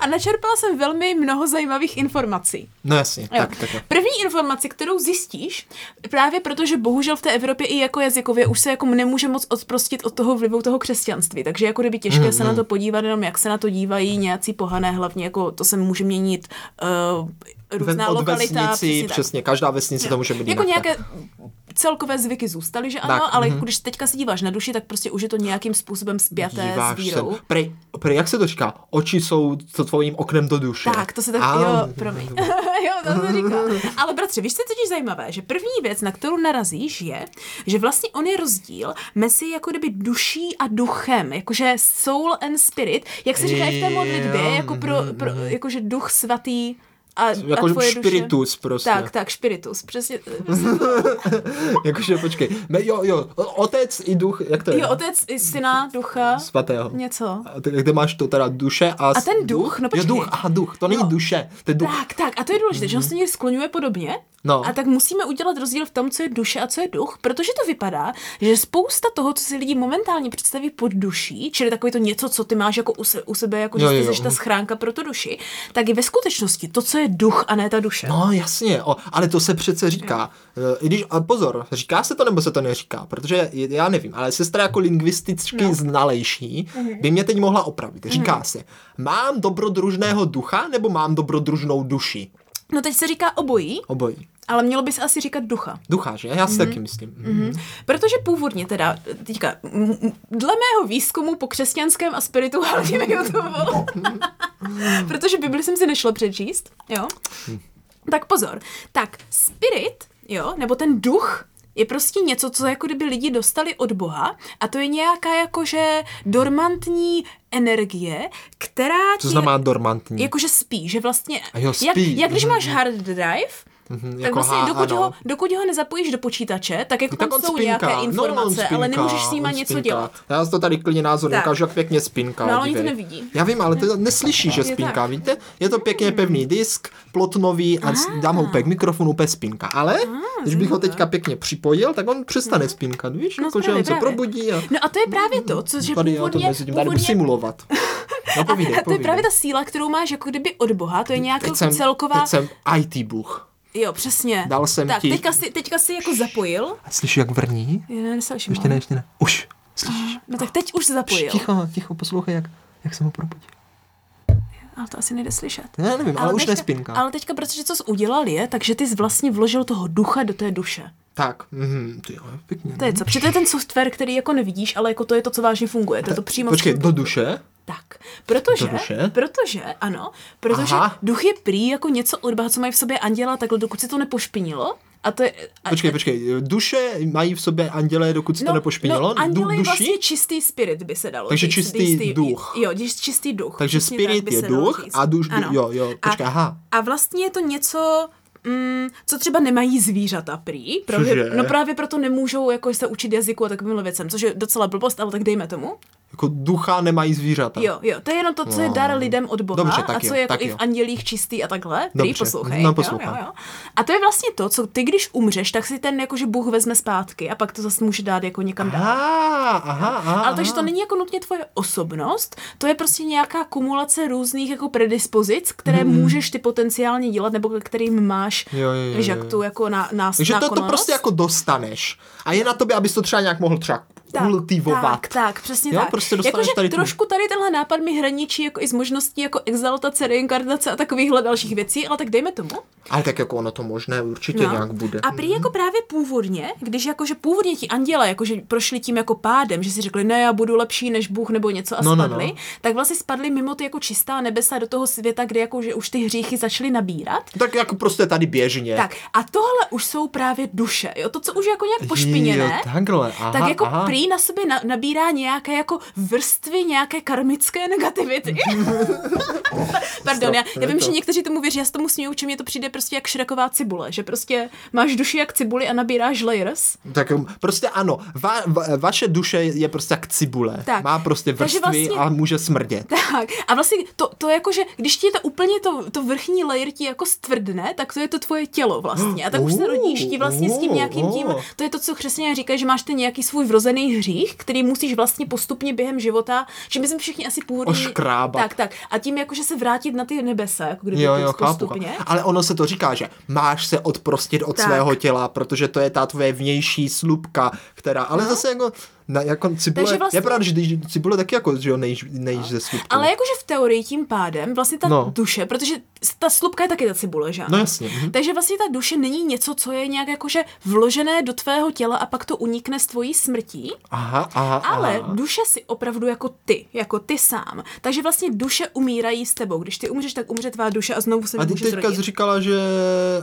Speaker 2: a načerpala jsem velmi mnoho zajímavých informací.
Speaker 1: No jasně,
Speaker 2: Jo.
Speaker 1: tak, tak. jo.
Speaker 2: První informaci, kterou zjistíš, právě protože bohužel v té Evropě i jako jazykově už se jako nemůže moc odprostit od toho vlivu toho křesťanství, takže jako kdyby těžké
Speaker 1: Hmm,
Speaker 2: mm, se na to podívat, jenom jak se na to dívají nějací pohané, hlavně jako to se může měnit uh, různá
Speaker 1: Ve- Od
Speaker 2: lokalita.
Speaker 1: vesnici,
Speaker 2: tak.
Speaker 1: přesně, každá vesnice to může být
Speaker 2: Jako
Speaker 1: jinak, tak.
Speaker 2: nějaké celkové zvyky zůstaly, že ano,
Speaker 1: Tak, mhm.
Speaker 2: ale mm-hmm. když teďka se díváš na duši, tak prostě už je to nějakým způsobem spjaté s vírou.
Speaker 1: Prej, prej, jak se to říká? Oči jsou to tvojím oknem do duše.
Speaker 2: Tak, to se tak,
Speaker 1: A-
Speaker 2: jo, promiň. jo, to se říká. Ale bratře, víš, co je totiž zajímavé, že první věc, na kterou narazíš, je, že vlastně on je rozdíl mezi jako kdyby duší a duchem, jakože soul and spirit, jak se říká i v té modlitbě,
Speaker 1: Jo, Mhm,
Speaker 2: jako pro, pro jakože duch svatý a,
Speaker 1: Jako
Speaker 2: a tvoje duše.
Speaker 1: spiritus prostě.
Speaker 2: Tak, tak, spiritus, přesně.
Speaker 1: Jakože počkej. Me- Jo, jo, o- otec i duch, jak to je?
Speaker 2: Jo, otec, i syna, ducha,
Speaker 1: Svatého.
Speaker 2: něco.
Speaker 1: A ty- Kde máš to teda duše a...
Speaker 2: A ten duch? No
Speaker 1: jo,
Speaker 2: počkej.
Speaker 1: duch, aha, duch, to není
Speaker 2: No.
Speaker 1: duše, to je duch.
Speaker 2: Tak, tak, a to je důležité, že on se někdy skloňuje podobně.
Speaker 1: Mhm. No.
Speaker 2: A tak musíme udělat rozdíl v tom, co je duše a co je duch, protože to vypadá, že spousta toho, co si lidi momentálně představí pod duší, čili takový to něco, co ty máš jako u, se, u sebe, jako že
Speaker 1: Jo,
Speaker 2: jo,
Speaker 1: jo, jo.
Speaker 2: jsi ta schránka pro tu duši, tak je ve skutečnosti to, co je duch a ne ta duše.
Speaker 1: No jasně, o, ale to se přece říká. E, I když, a pozor, říká se to nebo se to neříká, protože je- já nevím, ale sestra jako lingvisticky no. znalejší
Speaker 2: Mhm.
Speaker 1: by mě teď mohla opravit. Říká se, mám dobrodružného ducha nebo mám dobrodružnou duši?
Speaker 2: No teď se říká obojí,
Speaker 1: Obojí.
Speaker 2: ale mělo by se asi říkat ducha.
Speaker 1: Ducha, že? Já si taky myslím. Mm.
Speaker 2: Mhm. Protože původně teda, teďka, m- m- dle mého výzkumu po křesťanském a spirituálním
Speaker 1: Mhm.
Speaker 2: YouTube, protože Bibli jsem si nešla přečíst, jo,
Speaker 1: Mhm.
Speaker 2: tak pozor, tak spirit, jo, nebo ten duch, je prostě něco, co jako kdyby lidi dostali od Boha a to je nějaká jakože dormantní energie, která
Speaker 1: Co
Speaker 2: ti-
Speaker 1: znamená dormantní?
Speaker 2: Jakože spí, že vlastně,
Speaker 1: A jo,
Speaker 2: Jak,
Speaker 1: spí,
Speaker 2: jak když
Speaker 1: mhm.
Speaker 2: máš hard drive,
Speaker 1: Mhm,
Speaker 2: tak
Speaker 1: jako
Speaker 2: vlastně
Speaker 1: há-
Speaker 2: dokud,
Speaker 1: ano.
Speaker 2: ho, dokud ho nezapojíš do počítače, tak jako
Speaker 1: No Tak
Speaker 2: tam
Speaker 1: on
Speaker 2: jsou
Speaker 1: spinká.
Speaker 2: nějaké
Speaker 1: no, on
Speaker 2: informace,
Speaker 1: spinká,
Speaker 2: ale nemůžeš s nima
Speaker 1: on
Speaker 2: něco
Speaker 1: spinká.
Speaker 2: dělat.
Speaker 1: Já si to tady klidně názor
Speaker 2: Tak.
Speaker 1: ukážu, jak pěkně spinká.
Speaker 2: No, ale oni to
Speaker 1: dívej.
Speaker 2: nevidí.
Speaker 1: Já vím, ale to neslyší, že
Speaker 2: Je
Speaker 1: spinká,
Speaker 2: tak. Hmm.
Speaker 1: víte? Je to pěkně pevný disk, plotnový a s- dám ho úplně k mikrofonu, úplně spinká. Ale když bych ho
Speaker 2: Ah. zajímavé.
Speaker 1: teďka pěkně připojil, tak on přestane spinkat, víš?
Speaker 2: No,
Speaker 1: Jakože
Speaker 2: právě,
Speaker 1: on se
Speaker 2: právě.
Speaker 1: probudí a
Speaker 2: No a to je právě to, co, že
Speaker 1: tady já to
Speaker 2: původně,
Speaker 1: mezi tím tady budu
Speaker 2: původně
Speaker 1: simulovat. No povídej,
Speaker 2: a to je
Speaker 1: povídej.
Speaker 2: právě ta síla, kterou máš jako kdyby od Boha, to je nějaká
Speaker 1: Teď
Speaker 2: jako
Speaker 1: jsem,
Speaker 2: celková...
Speaker 1: teď jsem IT bůh.
Speaker 2: Jo, přesně.
Speaker 1: Dal jsem
Speaker 2: tak,
Speaker 1: ti-
Speaker 2: Teďka si, teďka si jako zapojil.
Speaker 1: A slyšíš, jak vrní?
Speaker 2: Je, ne, neslyším.
Speaker 1: Ještě ne, ještě ne. Už. Slyšíš?
Speaker 2: No tak teď už se zapojil.
Speaker 1: Ticho, ticho, poslouchej, jak, jak jsem ho probudil.
Speaker 2: Ale to asi nejde slyšet.
Speaker 1: Ne, nevím, ale, ale už
Speaker 2: teďka,
Speaker 1: nespinká.
Speaker 2: Ale teďka, protože co jsi udělal je, takže ty jsi vlastně vložil toho ducha do té duše.
Speaker 1: Tak, mhm, ty jo, pěkně.
Speaker 2: To je co? Protože to je ten software, který jako nevidíš, ale jako to je to, co vážně funguje. To je to přímo
Speaker 1: Počkej, do duše?
Speaker 2: Tak, protože,
Speaker 1: Do duše?
Speaker 2: protože, ano, protože
Speaker 1: Aha.
Speaker 2: Aha. duch je prý jako něco od Boha, co mají v sobě anděla, takhle dokud se to nepošpinilo. A to je... A,
Speaker 1: Počkej, počkej, duše mají v sobě anděle, dokud se to nepošpinilo?
Speaker 2: No, anděl
Speaker 1: Du,
Speaker 2: je
Speaker 1: duši?
Speaker 2: vlastně čistý spirit, by se dalo
Speaker 1: Takže
Speaker 2: říct,
Speaker 1: čistý
Speaker 2: jistý-
Speaker 1: duch.
Speaker 2: Jo, když čistý duch.
Speaker 1: Takže
Speaker 2: přesně
Speaker 1: spirit
Speaker 2: tak by
Speaker 1: je
Speaker 2: se dalo
Speaker 1: duch
Speaker 2: říct.
Speaker 1: a duš,
Speaker 2: Ano.
Speaker 1: jo, jo, počkej,
Speaker 2: a,
Speaker 1: aha.
Speaker 2: A vlastně je to něco, Mm, co třeba nemají zvířata prý. Právě,
Speaker 1: Cože?
Speaker 2: no právě proto nemůžou jako se učit jazyku a takovýmhle věcem, což je docela blbost, ale tak dejme tomu.
Speaker 1: Jako ducha nemají zvířata.
Speaker 2: Jo, jo, to je jenom to, co je
Speaker 1: No.
Speaker 2: dar lidem od Boha
Speaker 1: Dobře, tak
Speaker 2: a co
Speaker 1: jo,
Speaker 2: je jako
Speaker 1: tak
Speaker 2: i
Speaker 1: jo.
Speaker 2: v andělích čistý a takhle. Prý,
Speaker 1: Dobře,
Speaker 2: poslouchej.
Speaker 1: no,
Speaker 2: jo,
Speaker 1: poslouchám.
Speaker 2: Jo, jo. A to je vlastně to, co ty, když umřeš, tak si ten jakože Bůh vezme zpátky a pak to zase může dát jako někam
Speaker 1: Ah.
Speaker 2: dál.
Speaker 1: Aha, aha, aha.
Speaker 2: Ale takže to není jako nutně tvoje osobnost, to je prostě nějaká kumulace různých jako predispozic, které mm. můžeš ty potenciálně dělat, nebo ke kterým máš,
Speaker 1: Hmm. Jo, jo, jo,
Speaker 2: víš, jak
Speaker 1: jo.
Speaker 2: tu jako na, na
Speaker 1: Takže to, prostě to
Speaker 2: nákonnost.
Speaker 1: prostě jako dostaneš. A je na tobě, abys to třeba nějak mohl třeba kultivovat.
Speaker 2: Tak, tak, přesně
Speaker 1: Jo,
Speaker 2: tak.
Speaker 1: prostě dostaneš
Speaker 2: Jakože
Speaker 1: tady tu-
Speaker 2: trošku tady tenhle nápad mi hraničí jako i s možností jako exaltace, reinkarnace a takovýchhle dalších věcí, ale tak dejme tomu.
Speaker 1: Ale tak jako ono to možné určitě
Speaker 2: No.
Speaker 1: nějak bude. Mhm.
Speaker 2: A prý jako právě původně, když jakože původně ti anděle jakože prošli tím jako pádem, že si řekli, ne, já budu lepší než Bůh nebo něco a
Speaker 1: No, no,
Speaker 2: spadli,
Speaker 1: no.
Speaker 2: tak vlastně spadli mimo ty jako čistá nebesa do toho světa, kde jakože už ty hříchy začaly nabírat.
Speaker 1: Tak jako prostě tady běžně.
Speaker 2: Tak a tohle už jsou právě duše, jo, to, co už je jako nějak
Speaker 1: Jo,
Speaker 2: pošpiněné.
Speaker 1: takhle, aha,
Speaker 2: tak jako
Speaker 1: aha.
Speaker 2: prý na sobě na, nabírá nějaké jako vrstvy nějaké karmické negativity. Pardon, já, já
Speaker 1: Je
Speaker 2: vím,
Speaker 1: to-
Speaker 2: že někteří tomu věří, já se tomu směju, čím mě to přijde prostě jak šraková cibule, že prostě máš duši jak cibuli a nabíráš layers.
Speaker 1: Tak um, prostě ano, va, va, vaše duše je prostě jak cibule.
Speaker 2: Tak.
Speaker 1: Má prostě
Speaker 2: Takže
Speaker 1: vrstvy vlastně...
Speaker 2: vlastně-
Speaker 1: a může smrdět.
Speaker 2: Tak a vlastně to, to jako, že když ti to úplně to, to vrchní layer ti jako stvrdne, tak to je to tvoje tělo vlastně. A tak už se
Speaker 1: Oh,
Speaker 2: rodíš ti vlastně s tím
Speaker 1: oh,
Speaker 2: nějakým tím,
Speaker 1: oh.
Speaker 2: to je to, co křesťané říkají, že máš ten nějaký svůj vrozený hřích, který musíš vlastně postupně během života, že my jsme všichni asi původně...
Speaker 1: Oškrábat.
Speaker 2: Tak, tak. A tím jako, že se vrátit na ty nebesa, jako kdyby
Speaker 1: Jo, jo, chápu.
Speaker 2: postupně.
Speaker 1: Ale ono se to říká, že máš se odprostit od tak.
Speaker 2: Tak.
Speaker 1: svého těla, protože to je ta tvoje vnější slupka, která, ale no. zase jako, na, jako cibule,
Speaker 2: Takže
Speaker 1: vlastně...
Speaker 2: vlastně-
Speaker 1: je pravda, že když cibule taky jako, že jo, nejíš, nejíš ze slupkou.
Speaker 2: Ale jakože v teorii tím pádem vlastně ta
Speaker 1: No.
Speaker 2: no. duše, protože ta slupka je taky ta cibule, že ano?
Speaker 1: No jasně, mhm.
Speaker 2: Takže vlastně ta duše není něco, co je nějak jakože vložené do tvého těla a pak to unikne s tvojí smrtí,
Speaker 1: Aha, aha,
Speaker 2: ale
Speaker 1: aha.
Speaker 2: duše si opravdu jako ty, jako ty sám. Takže vlastně duše umírají s tebou. Když ty umřeš, tak umře tvá duše a znovu se
Speaker 1: A ty
Speaker 2: může
Speaker 1: teďka
Speaker 2: zrodit.
Speaker 1: jsi říkala, že,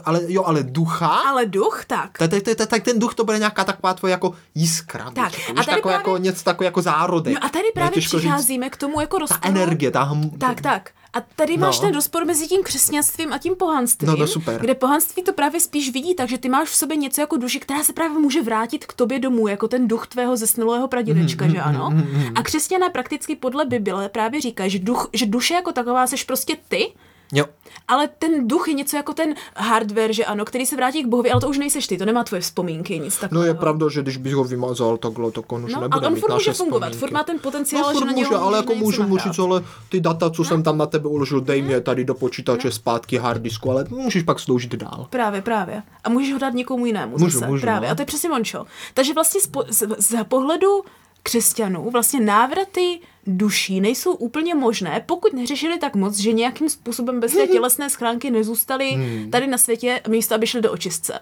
Speaker 1: ale jo, ale ducha?
Speaker 2: Ale duch, tak.
Speaker 1: Tak, tak, tak, tak, tak ten duch to bude nějaká taková tvoje jako jiskra.
Speaker 2: Tak,
Speaker 1: bych řekl.
Speaker 2: a
Speaker 1: Víš,
Speaker 2: tady
Speaker 1: taková
Speaker 2: právě-
Speaker 1: jako něco takového jako zárodek.
Speaker 2: No a tady
Speaker 1: No,
Speaker 2: právě
Speaker 1: těžko říct.
Speaker 2: přicházíme k tomu jako
Speaker 1: Ta
Speaker 2: rozporu.
Speaker 1: energie, ta... Hm...
Speaker 2: Tak, tak. A tady máš
Speaker 1: No.
Speaker 2: ten rozpor mezi tím křesťanstvím a tím pohanstvím,
Speaker 1: No, no, super.
Speaker 2: kde pohanství to právě spíš vidí, takže ty máš v sobě něco jako duši, která se právě může vrátit k tobě domů, jako ten duch tvého zesnulého pradědečka,
Speaker 1: Mm-hmm,
Speaker 2: že ano? A křesťané prakticky podle Bible právě říkají, že, duch, že duše jako taková seš prostě ty,
Speaker 1: Jo.
Speaker 2: ale ten duch je něco jako ten hardware, že ano, který se vrátí k Bohovi, ale to už nejseš ty, to nemá tvoje vzpomínky, nic
Speaker 1: No
Speaker 2: takového.
Speaker 1: je pravda, že když bych ho vymazal takhle, tak on už
Speaker 2: No,
Speaker 1: nebude
Speaker 2: ale on
Speaker 1: mít
Speaker 2: furt
Speaker 1: naše
Speaker 2: může fungovat,
Speaker 1: vzpomínky.
Speaker 2: furt má ten potenciál, že
Speaker 1: No, furt
Speaker 2: na něho
Speaker 1: může, ale
Speaker 2: můžeme
Speaker 1: jako
Speaker 2: něco
Speaker 1: můžu mu
Speaker 2: nahrát.
Speaker 1: říct, ale ty data,
Speaker 2: No.
Speaker 1: co jsem tam na tebe uložil, dej mě tady do počítače zpátky hard disku, ale můžeš pak sloužit dál.
Speaker 2: Právě, právě. A můžeš ho dát někomu jinému.
Speaker 1: Můžu,
Speaker 2: zase.
Speaker 1: můžu,
Speaker 2: Právě.
Speaker 1: no.
Speaker 2: A to je přesně ončo. Takže vlastně z, po, z, z pohledu křesťanů vlastně návraty duší nejsou úplně možné, pokud neřešili tak moc, že nějakým způsobem bez
Speaker 1: Mhm.
Speaker 2: té tělesné schránky nezůstali
Speaker 1: Hmm.
Speaker 2: tady na světě, místo aby šli do očistce.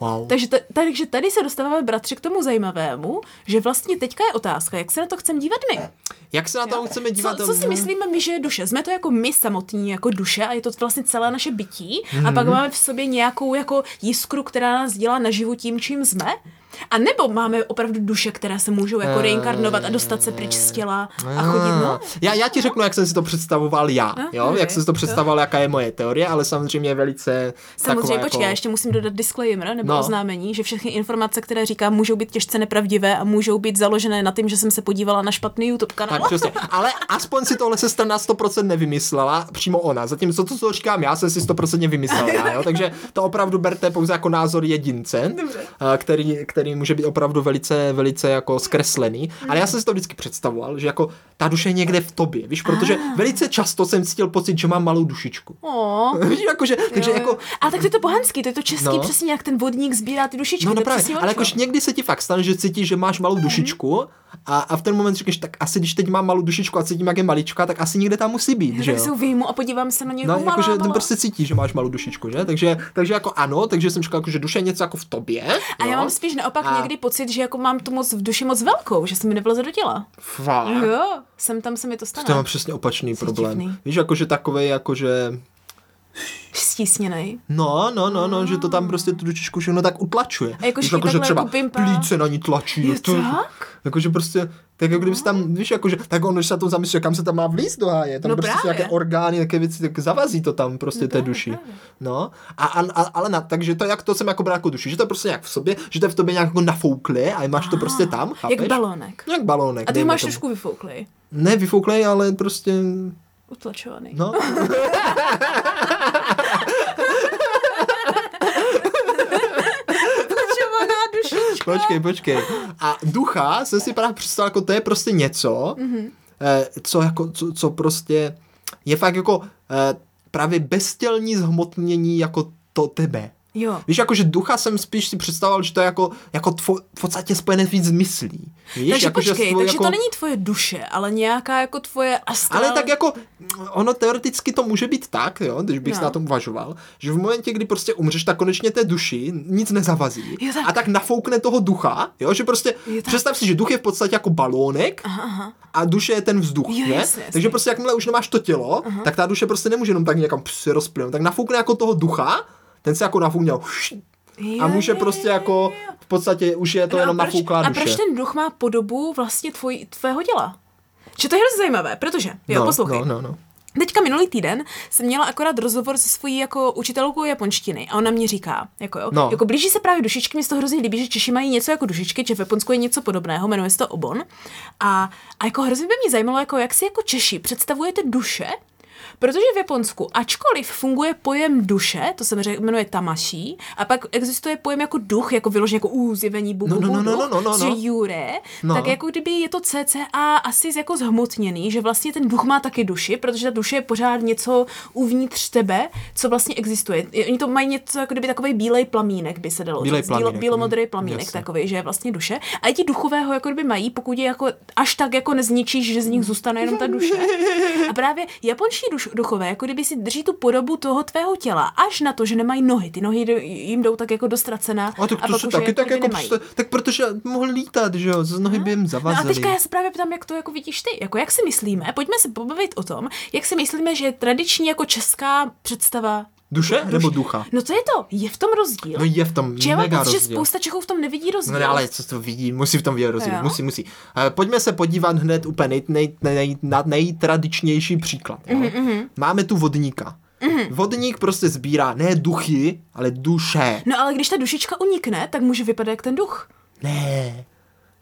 Speaker 1: Wow.
Speaker 2: Takže, ta, takže tady se dostáváme, bratři, k tomu zajímavému, že vlastně teďka je otázka, jak se na to chceme dívat my.
Speaker 1: Jak se na to chceme dívat?
Speaker 2: Co, co si
Speaker 1: No.
Speaker 2: myslíme my, že je duše? Jsme to jako my samotní, jako duše a je to vlastně celé naše bytí a
Speaker 1: Mhm.
Speaker 2: pak máme v sobě nějakou jako jiskru, která nás dělá naživu tím, čím jsme? A nebo máme opravdu duše, které se můžou jako
Speaker 1: Eh.
Speaker 2: reinkarnovat a dostat se pryč z těla a chodit, no?
Speaker 1: Já, já ti řeknu, jak jsem si to představoval já, jo?
Speaker 2: dobrý.
Speaker 1: Jak jsem si to představoval, jaká je moje teorie, ale samozřejmě je velice
Speaker 2: Samozřejmě,
Speaker 1: taková
Speaker 2: počkej, já
Speaker 1: jako...
Speaker 2: ještě musím dodat disclaimer nebo
Speaker 1: No.
Speaker 2: no. oznámení, že všechny informace, které říkám, můžou být těžce nepravdivé a můžou být založené na tím, že jsem se podívala na špatný YouTube kanál.
Speaker 1: Tak přesně. Ale aspoň si tohle sestra na 100% nevymyslela, přímo ona. Zatímco to, co říkám, já jsem si 100% vymyslela. Já, jo? Takže to opravdu berte pouze jako názor jedince, eh, který, který může být opravdu velice, velice jako zkreslený. Ale já jsem si to vždycky představoval, že jako ta duše je někde v tobě, víš, protože
Speaker 2: Ah.
Speaker 1: velice často jsem cítil pocit, že mám malou dušičku.
Speaker 2: Oh.
Speaker 1: Víš, jakože, takže jako
Speaker 2: A tak to je to pohanský, to je to český,
Speaker 1: No.
Speaker 2: no. přesně jak ten vodník sbírá ty dušičky.
Speaker 1: No,
Speaker 2: to
Speaker 1: no
Speaker 2: je
Speaker 1: právě,
Speaker 2: přesně Mhm.
Speaker 1: ale
Speaker 2: ono.
Speaker 1: jakož někdy se ti fakt stane, že cítíš, že máš malou dušičku a, a v ten moment říkáš, tak asi když teď mám malou dušičku a cítím, jak je malička, tak asi někde tam musí být, že
Speaker 2: Tak
Speaker 1: jo?
Speaker 2: se vyjmu a podívám se na něj.
Speaker 1: No,
Speaker 2: malá,
Speaker 1: jakože
Speaker 2: malá.
Speaker 1: ten prostě cítí, že máš malou dušičku, že? Takže, takže jako ano, takže jsem říkal, jako, že duše je něco jako v tobě.
Speaker 2: A
Speaker 1: jo?
Speaker 2: já mám spíš naopak
Speaker 1: A-
Speaker 2: a... někdy pocit, že jako mám tu moc v duši moc velkou, že se mi nevleze do těla.
Speaker 1: Fakt.
Speaker 2: Jo, jsem tam se mi to stane.
Speaker 1: To mám přesně opačný
Speaker 2: Jsi
Speaker 1: problém.
Speaker 2: divný.
Speaker 1: Víš, jakože takovej, jakože
Speaker 2: Stísněnej.
Speaker 1: No, no, no, no, že to tam prostě tu dučičku všechno tak utlačuje.
Speaker 2: Ah. A jakože
Speaker 1: Víš,
Speaker 2: ji
Speaker 1: jakože
Speaker 2: takhle
Speaker 1: třeba
Speaker 2: jako pimpá.
Speaker 1: plíce na ní tlačí. no,
Speaker 2: Je
Speaker 1: to,
Speaker 2: tak?
Speaker 1: Jakože prostě, tak jako kdyby se tam, víš, jakože, tak on, když se na tom zamyslí, kam se tam má vlíz do háje, tam
Speaker 2: No
Speaker 1: prostě jsou
Speaker 2: právě.
Speaker 1: nějaké orgány, nějaké věci, tak zavazí to tam prostě té duši. No, a, a, a ale na, takže to, jak to jsem jako bral jako duši, že to je prostě nějak v sobě, že to je v tobě nějak jako nafoukli a máš to prostě tam, chápeš?
Speaker 2: Jak balónek.
Speaker 1: Jak balónek.
Speaker 2: A ty ho
Speaker 1: dejme
Speaker 2: máš
Speaker 1: tomu.
Speaker 2: trošku vyfouklý.
Speaker 1: Ne, vyfouklej, ale prostě,
Speaker 2: Utlačovaný.
Speaker 1: no.
Speaker 2: Utlačovaná dušička.
Speaker 1: Počkej, počkej. A ducha jsem si právě představil, jako to je prostě něco,
Speaker 2: Mhm.
Speaker 1: mm-hmm. co, jako, co, co prostě je fakt jako eh, právě beztělní zhmotnění jako to tebe.
Speaker 2: Jo.
Speaker 1: Víš, jakože ducha jsem spíš si představoval, že to je jako, jako tvo, v podstatě spojené víc myslí. Víš,
Speaker 2: takže
Speaker 1: jakože
Speaker 2: počkej,
Speaker 1: svůj jako-
Speaker 2: takže to není tvoje duše, ale nějaká jako tvoje astrál...
Speaker 1: Ale tak jako, ono teoreticky to může být tak, jo, když bych
Speaker 2: No.
Speaker 1: no. na tom uvažoval, že v momentě, kdy prostě umřeš, tak konečně té duši nic nezavazí.
Speaker 2: Jo, tak.
Speaker 1: A tak nafoukne toho ducha, jo, že prostě,
Speaker 2: Jo, tak.
Speaker 1: představ si, že duch je v podstatě jako balónek
Speaker 2: Aha, aha.
Speaker 1: a duše je ten vzduch,
Speaker 2: Jo,
Speaker 1: ne?
Speaker 2: jasně, jasně.
Speaker 1: Takže prostě jakmile už nemáš to tělo, uh-huh. tak ta duše prostě nemůže jenom tak někam pss, rozplynout. Tak nafoukne jako toho ducha, ten se jako nafoukne a huš,
Speaker 2: Jo,
Speaker 1: a může
Speaker 2: jo,
Speaker 1: prostě
Speaker 2: jo,
Speaker 1: jako
Speaker 2: jo, jo.
Speaker 1: v podstatě už je
Speaker 2: No
Speaker 1: to no
Speaker 2: a
Speaker 1: jenom
Speaker 2: proč-
Speaker 1: nafouklá
Speaker 2: A
Speaker 1: duše.
Speaker 2: proč ten duch má podobu vlastně tvoj, tvého těla? Že to je hrozně zajímavé, protože, jo,
Speaker 1: no,
Speaker 2: poslouchej.
Speaker 1: no, no, no.
Speaker 2: Teďka minulý týden jsem měla akorát rozhovor se svojí jako učitelkou japonštiny a ona mě říká, jako jo, no.
Speaker 1: No.
Speaker 2: jako blíží se právě dušičky, mně se to hrozně líbí, že Češi mají něco jako dušičky, že v Japonsku je něco podobného, jmenuje se to obon. A, a jako hrozně by mě zajímalo, jako jak si jako Češi představujete duše, Protože v Japonsku, ačkoliv funguje pojem duše, to se řek- jmenuje tamaší, a pak existuje pojem jako duch, jako vyloženě jako úzjevení, bu, bu,
Speaker 1: No, no,
Speaker 2: bu,
Speaker 1: no, no,
Speaker 2: duch,
Speaker 1: no, no, no,
Speaker 2: že
Speaker 1: no.
Speaker 2: jure, no.
Speaker 1: No.
Speaker 2: tak jako kdyby je to cca asi jako zhmotněný, že vlastně ten duch má taky duši, protože ta duše je pořád něco uvnitř tebe, co vlastně existuje. I- Oni to mají něco jako kdyby takový bílej plamínek, by se dalo
Speaker 1: Bílej
Speaker 2: říct. Bílo,
Speaker 1: plamínek,
Speaker 2: bílomodrý
Speaker 1: mm,
Speaker 2: plamínek,
Speaker 1: jasně.
Speaker 2: takový, že je vlastně duše. A i ti duchové ho jako kdyby mají, pokud je jako až tak jako nezničíš, že z nich zůstane jenom ta duše. A právě japonští duš, duchové, jako kdyby si drží tu podobu toho tvého těla, až na to, že nemají nohy. Ty nohy jdou- jim jdou tak jako dostracená.
Speaker 1: A tak to
Speaker 2: pak
Speaker 1: se
Speaker 2: už je
Speaker 1: taky tak
Speaker 2: kdyby
Speaker 1: jako
Speaker 2: nemají.
Speaker 1: přesta- tak protože mohl lítat, že jo, z nohy by jim
Speaker 2: No a
Speaker 1: zavazili.
Speaker 2: teďka já se právě ptám, jak to jako vidíš ty. Jako jak si myslíme, pojďme se pobavit o tom, jak si myslíme, že je tradiční jako česká představa.
Speaker 1: Duše nebo ducha?
Speaker 2: No to je to, je v tom rozdíl.
Speaker 1: No je v tom
Speaker 2: že prostě já mám
Speaker 1: mega
Speaker 2: pocit, že
Speaker 1: rozdíl.
Speaker 2: spousta Čechů v tom nevidí rozdíl.
Speaker 1: No ne, ale co to vidí, musí v tom vidět rozdíl,
Speaker 2: Jo.
Speaker 1: musí, musí. Eh, Pojďme se podívat hned úplně nej, nej, nej, na nejtradičnější příklad. Jo?
Speaker 2: Mhm,
Speaker 1: Máme tu vodníka. Vodník prostě sbírá ne duchy, ale duše.
Speaker 2: No ale když ta dušička unikne, tak může vypadat jak ten duch.
Speaker 1: Ne.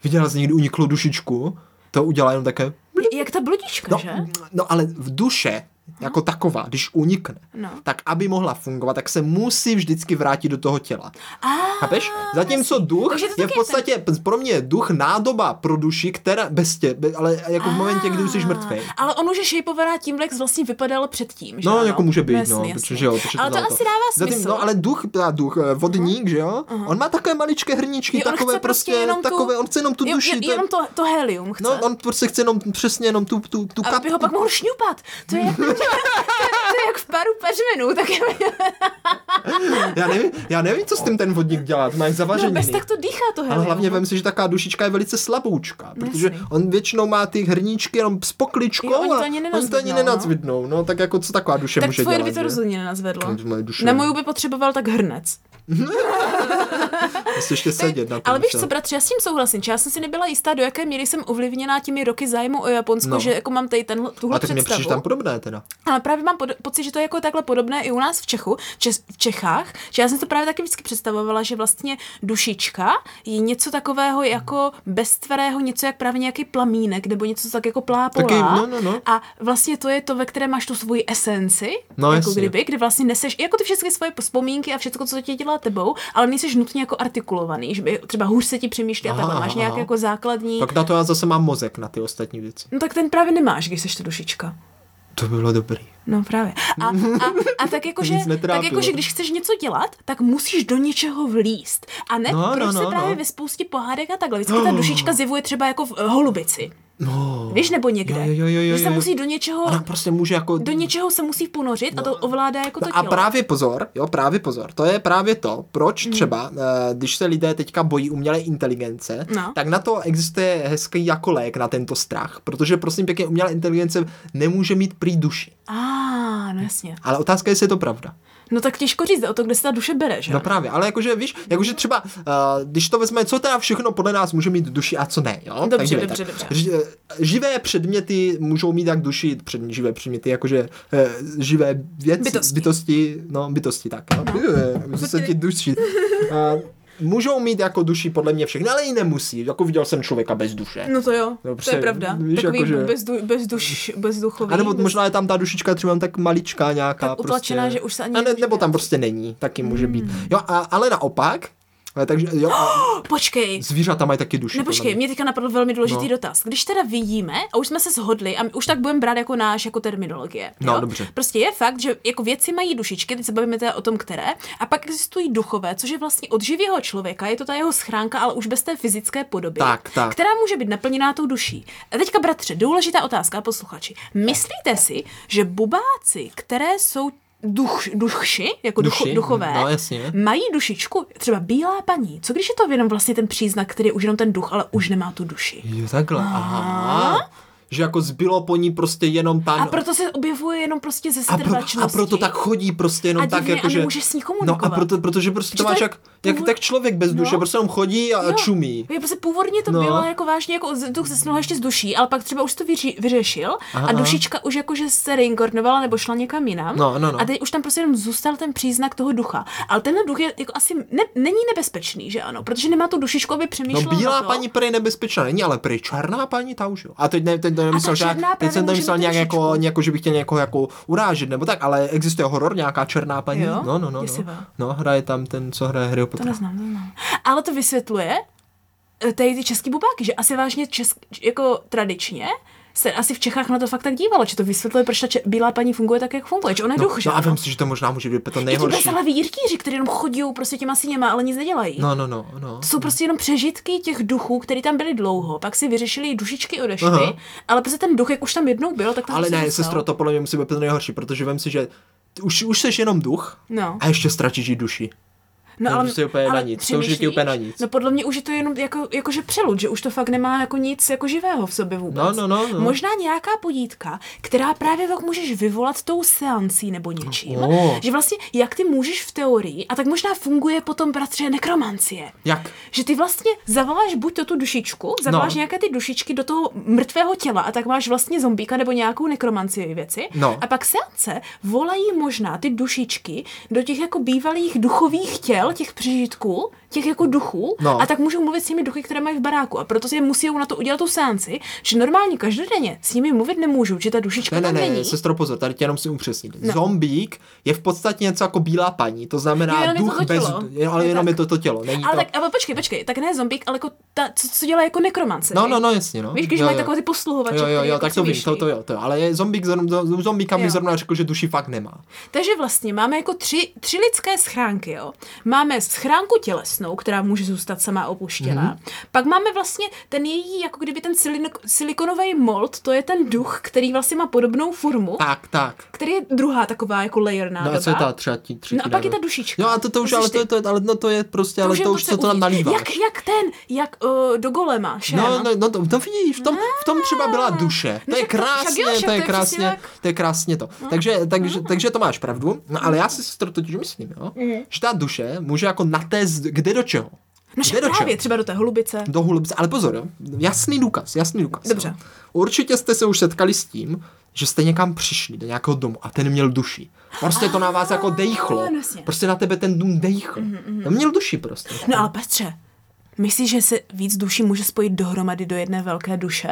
Speaker 1: Viděla jsi někdy uniklou dušičku? To udělá jenom také...
Speaker 2: Jak ta bludička,
Speaker 1: No,
Speaker 2: že?
Speaker 1: no ale v duše jako taková, když unikne,
Speaker 2: No.
Speaker 1: tak aby mohla fungovat, tak se musí vždycky vrátit do toho těla.
Speaker 2: A,
Speaker 1: Chápeš? Zatímco duch
Speaker 2: Takže to
Speaker 1: je
Speaker 2: taky
Speaker 1: v
Speaker 2: je
Speaker 1: podstatě pro mě duch nádoba pro duši, která bez tě, be- ale jako v momentě, kdy už jsi mrtvý.
Speaker 2: Ale on už je šejpovaná tím, jak vlastně vypadal předtím, že
Speaker 1: No,
Speaker 2: ano?
Speaker 1: jako může být,
Speaker 2: jasný,
Speaker 1: no,
Speaker 2: jasný.
Speaker 1: protože jo. Protože
Speaker 2: ale to,
Speaker 1: dalo
Speaker 2: asi dává smysl.
Speaker 1: Zatím, no, ale duch, teda duch, eh, vodník, že jo? On má takové maličké hrničky,
Speaker 2: Jo, on
Speaker 1: takové
Speaker 2: chce prostě
Speaker 1: prostě,
Speaker 2: jenom tu-
Speaker 1: takové, on chce jenom tu
Speaker 2: Jo,
Speaker 1: duši.
Speaker 2: je-
Speaker 1: to je-
Speaker 2: jenom to, to helium chce.
Speaker 1: No, on prostě chce jenom, přesně jenom tu, tu, tu
Speaker 2: Aby ho pak mohl šňupat. To je, jako- to je, to je jak v paru pařmenů. Tak je,
Speaker 1: Já nevím, já nevím, co s tím ten vodník dělá, to máš
Speaker 2: no,
Speaker 1: zavažený.
Speaker 2: bez tak to dýchá to no. helium.
Speaker 1: Ale hlavně vem si, že taká dušička je velice slaboučka, protože
Speaker 2: Jasný.
Speaker 1: on většinou má ty hrníčky jenom s pokličkou
Speaker 2: Jo, oni to
Speaker 1: a
Speaker 2: ani
Speaker 1: oni to ani
Speaker 2: nenazvednou,
Speaker 1: nenazvidnou. No. tak jako co taková duše
Speaker 2: tak
Speaker 1: může
Speaker 2: tvoje
Speaker 1: dělat,
Speaker 2: by to
Speaker 1: že?
Speaker 2: rozhodně nenazvedlo.
Speaker 1: To je moje duše.
Speaker 2: Na moju by potřeboval tak hrnec.
Speaker 1: Musíš ještě sedět na tom.
Speaker 2: Ale víš
Speaker 1: že?
Speaker 2: co, bratře, já s tím souhlasím. že Já jsem si nebyla jistá, do jaké míry jsem ovlivněná těmi roky zájmu o Japonsko,
Speaker 1: No.
Speaker 2: že jako mám tady tenhle, tuhle
Speaker 1: A tak mě
Speaker 2: představu.
Speaker 1: přišli tam podobné teda.
Speaker 2: Ale právě mám pod, pocit, že to je jako takhle podobné i u nás v Čechu, Čes, v Čechách, že já jsem to právě taky vždycky představovala, že vlastně dušička je něco takového jako beztverého, něco jak právě nějaký plamínek, nebo něco co tak jako plápolá.
Speaker 1: Taky, no, no, no.
Speaker 2: A vlastně to je to, ve které máš tu svoji esenci,
Speaker 1: No,
Speaker 2: jako
Speaker 1: jasně.
Speaker 2: kdyby, kdy vlastně neseš jako ty všechny svoje vzpomínky a všechno, co tě dělá tebou, ale nejseš nutně jako artikulovaný, že by třeba hůř se ti přemýšlí a
Speaker 1: Aha,
Speaker 2: takhle máš
Speaker 1: aha,
Speaker 2: nějak
Speaker 1: aha.
Speaker 2: jako základní.
Speaker 1: Tak na to já zase mám mozek na ty ostatní věci.
Speaker 2: No tak ten právě nemáš, když seš ta dušička.
Speaker 1: To bylo dobrý.
Speaker 2: No právě. A, a, a tak jakože,
Speaker 1: Nic netrápilo.
Speaker 2: tak jakože, když chceš něco dělat, tak musíš do něčeho vlíst. A ne, no,
Speaker 1: No,
Speaker 2: proč no,
Speaker 1: no,
Speaker 2: se
Speaker 1: no,
Speaker 2: právě
Speaker 1: no.
Speaker 2: ve spoustě pohádek a takhle. Vždycky ta dušička zjevuje třeba jako v eh, holubici.
Speaker 1: No.
Speaker 2: Víš, nebo někde.
Speaker 1: Jo, jo, jo, jo,
Speaker 2: že se
Speaker 1: jo.
Speaker 2: musí do něčeho,
Speaker 1: Ona prostě může jako...
Speaker 2: No, do něčeho se musí ponořit a to ovládá jako to
Speaker 1: No. a
Speaker 2: tělo.
Speaker 1: právě pozor, jo, právě pozor, to je právě to, proč třeba, eh, když se lidé teďka bojí umělé inteligence,
Speaker 2: No.
Speaker 1: tak na to existuje hezký jako lék na tento strach, protože prosím pěkně umělá inteligence nemůže mít prý duši.
Speaker 2: A, no jasně.
Speaker 1: Ale otázka je, jestli je to pravda.
Speaker 2: No tak těžko říct o to, kde se ta duše bere, že?
Speaker 1: No právě, ale jakože víš, jakože třeba, uh, když to vezme, co teda všechno podle nás může mít duši a co ne, jo?
Speaker 2: Dobře,
Speaker 1: tak, dívej,
Speaker 2: dobře,
Speaker 1: tak,
Speaker 2: dobře.
Speaker 1: Ži, eh, živé předměty můžou mít jak duši, před, živé předměty, jakože uh, živé věci,
Speaker 2: Bytosti.
Speaker 1: bytosti no bytosti, tak, jo? No. se ti duši. Uh, můžou mít jako duši podle mě všechny, ale i nemusí, jako viděl jsem člověka bez duše.
Speaker 2: No to jo,
Speaker 1: Dobře,
Speaker 2: to je pravda.
Speaker 1: víš,
Speaker 2: Takový
Speaker 1: jakože-
Speaker 2: bez, du, bez, duš, bez duchový.
Speaker 1: A nebo
Speaker 2: bez...
Speaker 1: možná je tam ta dušička třeba tak maličká nějaká.
Speaker 2: Tak utlačená,
Speaker 1: prostě.
Speaker 2: že už se ani Hmm.
Speaker 1: a ne,
Speaker 2: nemůže
Speaker 1: Nebo tam
Speaker 2: dělat.
Speaker 1: prostě není, taky může být. Jo, a, ale naopak, Eh, Takže jo, a
Speaker 2: Počkej,
Speaker 1: zvířata mají taky duši.
Speaker 2: Ne, No, počkej,
Speaker 1: podle
Speaker 2: mě
Speaker 1: mě.
Speaker 2: teďka napadl velmi důležitý
Speaker 1: No.
Speaker 2: no. dotaz. Když teda vidíme, a už jsme se shodli, a my už tak budeme brát jako náš jako terminologie.
Speaker 1: No,
Speaker 2: jo?
Speaker 1: dobře.
Speaker 2: Prostě je fakt, že jako věci mají dušičky, teď se bavíme teda o tom, které, a pak existují duchové, což je vlastně od živého člověka, je to ta jeho schránka, ale už bez té fyzické podoby,
Speaker 1: Tak, tak.
Speaker 2: která může být naplněná tou duší. A teďka, bratře, důležitá otázka, posluchači. Myslíte si, že bubáci, které jsou Duch, duši, jako ducho,
Speaker 1: Duši,
Speaker 2: duchové,
Speaker 1: no, jasně.
Speaker 2: mají dušičku, třeba bílá paní. Co když je to jenom vlastně ten příznak, který je už jenom ten duch, ale už nemá tu duši?
Speaker 1: Jo, takhle, aha. Že jako zbylo po ní prostě jenom ta...
Speaker 2: A proto se objevuje jenom prostě ze
Speaker 1: a, pro, a
Speaker 2: setrvačnosti.
Speaker 1: proto tak chodí prostě jenom
Speaker 2: A
Speaker 1: tak,
Speaker 2: divně,
Speaker 1: jako
Speaker 2: a
Speaker 1: že...
Speaker 2: nemůžeš s ní
Speaker 1: No a
Speaker 2: komunikovat.
Speaker 1: proto, protože prostě
Speaker 2: Protože
Speaker 1: to
Speaker 2: to
Speaker 1: máš
Speaker 2: je
Speaker 1: jak, jak,
Speaker 2: původ-
Speaker 1: tak člověk bez duše,
Speaker 2: No.
Speaker 1: prostě jenom chodí a
Speaker 2: Jo.
Speaker 1: čumí.
Speaker 2: Je, prostě původně to
Speaker 1: No.
Speaker 2: no. bylo jako vážně jako z- duch zesnul ještě z duší, ale pak třeba už to vyři, vyřešil
Speaker 1: Aha.
Speaker 2: a dušička už jakože se reinkarnovala nebo šla někam jinam.
Speaker 1: No, no, no.
Speaker 2: A teď už tam prostě jenom zůstal ten příznak toho ducha. Ale tenhle duch je jako asi ne, není nebezpečný, že ano, protože nemá tu dušičku, aby
Speaker 1: No
Speaker 2: přemýšlela. na
Speaker 1: bílá
Speaker 2: to.
Speaker 1: paní prej nebezpečná není, ale prej černá paní ta už jo. A teď, ne, teď, to nemyslel, že,
Speaker 2: černá
Speaker 1: teď
Speaker 2: právě
Speaker 1: jsem to
Speaker 2: může
Speaker 1: myslel
Speaker 2: mít
Speaker 1: nějak jako,
Speaker 2: trošičku.
Speaker 1: nějak, že bych chtěl někoho jako urážet nebo tak, ale existuje horor, nějaká černá paní.
Speaker 2: Jo?
Speaker 1: No, no, no, no.
Speaker 2: Děsivá.
Speaker 1: no. hraje tam ten, co hraje Harry
Speaker 2: To
Speaker 1: Potter. No,
Speaker 2: neznám, to neznám. Ale to vysvětluje eh, tady ty český bubáky, že asi vážně česk, jako tradičně se asi v Čechách na to fakt tak dívalo, že to vysvětluje, proč ta če- bílá paní funguje tak, jak funguje, že ona je
Speaker 1: No,
Speaker 2: duch, že
Speaker 1: no a
Speaker 2: ano?
Speaker 1: vím si, že to možná může být to
Speaker 2: Je to
Speaker 1: nejhorší.
Speaker 2: bezhlavý jirkýři, který jenom chodí prostě těma síněma, ale nic nedělají.
Speaker 1: No, no, no, no.
Speaker 2: To jsou prostě jenom přežitky těch duchů, které tam byly dlouho, pak si vyřešili dušičky odešly,
Speaker 1: Aha.
Speaker 2: ale prostě ten duch, jak už tam jednou byl, tak tam
Speaker 1: Ale
Speaker 2: prostě
Speaker 1: ne,
Speaker 2: zůstal.
Speaker 1: sestro, to podle mě musí být to nejhorší, protože vím si, že ty už, už seš jenom duch
Speaker 2: No.
Speaker 1: a ještě ztratíš i duši.
Speaker 2: No,
Speaker 1: To je prostě úplně na nic, to už je ti úplně na
Speaker 2: přemýšlíš?
Speaker 1: nic.
Speaker 2: No podle mě už je to jenom jako, jakože přelud, že už to fakt nemá jako nic jako živého v sobě vůbec.
Speaker 1: No, no, no, no.
Speaker 2: Možná nějaká podítka, která právě pak můžeš vyvolat tou seancí nebo něčím.
Speaker 1: No.
Speaker 2: Že vlastně jak ty můžeš v teorii, a tak možná funguje potom bratře nekromancie.
Speaker 1: Jak?
Speaker 2: Že ty vlastně zavoláš buď to tu dušičku, zavoláš
Speaker 1: No.
Speaker 2: nějaké ty dušičky do toho mrtvého těla a tak máš vlastně zombíka nebo nějakou nekromancii věci.
Speaker 1: No.
Speaker 2: A pak seance volají možná ty dušičky do těch jako bývalých duchových těl, těch přežitků, těch jako duchů.
Speaker 1: No.
Speaker 2: A tak můžou mluvit s těmi duchy, které mají v baráku. A proto si je musí na to udělat tu seanci, že normálně každodenně s nimi mluvit nemůžou, že ta dušička
Speaker 1: Ne, ne,
Speaker 2: tam
Speaker 1: ne,
Speaker 2: není.
Speaker 1: sestro, pozor, tady tě jenom si upřesnit. No. Zombík je v podstatě něco jako bílá paní, to
Speaker 2: Jo,
Speaker 1: znamená
Speaker 2: jenom je to
Speaker 1: duch
Speaker 2: to
Speaker 1: bez...
Speaker 2: tělo.
Speaker 1: jo, Ale
Speaker 2: Je
Speaker 1: jenom
Speaker 2: tak.
Speaker 1: je to to tělo, není
Speaker 2: Ale
Speaker 1: to...
Speaker 2: tak, ale počkej, počkej, tak ne zombík, ale jako ta, co, co dělá jako nekromance.
Speaker 1: No,
Speaker 2: viď?
Speaker 1: no, no, jasně, no.
Speaker 2: Víš, když
Speaker 1: Jo,
Speaker 2: mají
Speaker 1: jo.
Speaker 2: takové ty posluhovače,
Speaker 1: Jo, jo,
Speaker 2: který
Speaker 1: jo,
Speaker 2: jako
Speaker 1: tak to vím,
Speaker 2: přemýšlí.
Speaker 1: to, to jo, to jo, ale je zombík, zrovna- zombíka mi
Speaker 2: Jo.
Speaker 1: zrovna řekl, že duši fakt nemá.
Speaker 2: Takže vlastně máme jako tři, tři lidské schránky. Jo. Máme schránku tělesnou, která může zůstat sama
Speaker 1: Mhm.
Speaker 2: opuštěná. Mm-hmm. Pak máme vlastně ten její, jako kdyby ten silik- silikonový mold, to je ten duch, který vlastně má podobnou formu,
Speaker 1: Tak, tak.
Speaker 2: který je druhá taková jako layerná
Speaker 1: No a
Speaker 2: doba.
Speaker 1: co je ta třetí, třetí
Speaker 2: No a pak je ta dušička.
Speaker 1: No a to, to už,
Speaker 2: To jsi
Speaker 1: ale to,
Speaker 2: ty.
Speaker 1: je- to, je- ale no, to je prostě, ale
Speaker 2: už je
Speaker 1: to už,
Speaker 2: co
Speaker 1: co to tam no.
Speaker 2: uvnitř.
Speaker 1: nalíváš.
Speaker 2: Jak, jak ten, jak uh, do golema, šéma.
Speaker 1: No, no, no to, to vidíš, v tom, v tom třeba byla duše. To
Speaker 2: No,
Speaker 1: je
Speaker 2: však to- však jo,
Speaker 1: krásně,
Speaker 2: však
Speaker 1: to
Speaker 2: to
Speaker 1: je
Speaker 2: je přesně
Speaker 1: krásně,
Speaker 2: tak. No.
Speaker 1: to je krásně to. Takže, takže, takže to máš pravdu, no ale já si to totiž myslím, jo,
Speaker 2: Mhm.
Speaker 1: že ta duše může jako natézt kde do čeho.
Speaker 2: no
Speaker 1: Kde
Speaker 2: však
Speaker 1: do
Speaker 2: právě,
Speaker 1: čeho?
Speaker 2: třeba do té holubice.
Speaker 1: Do holubice, ale pozor, jo, jasný důkaz, jasný důkaz.
Speaker 2: Dobře.
Speaker 1: Jo. Určitě jste se už setkali s tím, že jste někam přišli do nějakého domu a ten měl duši. Prostě to na vás jako dejchlo.
Speaker 2: no jasně. Mhm,
Speaker 1: Prostě na tebe ten dům dejchl. Ten měl duši prostě.
Speaker 2: No ale Petře, myslíš, že se víc duší může spojit dohromady do jedné velké duše?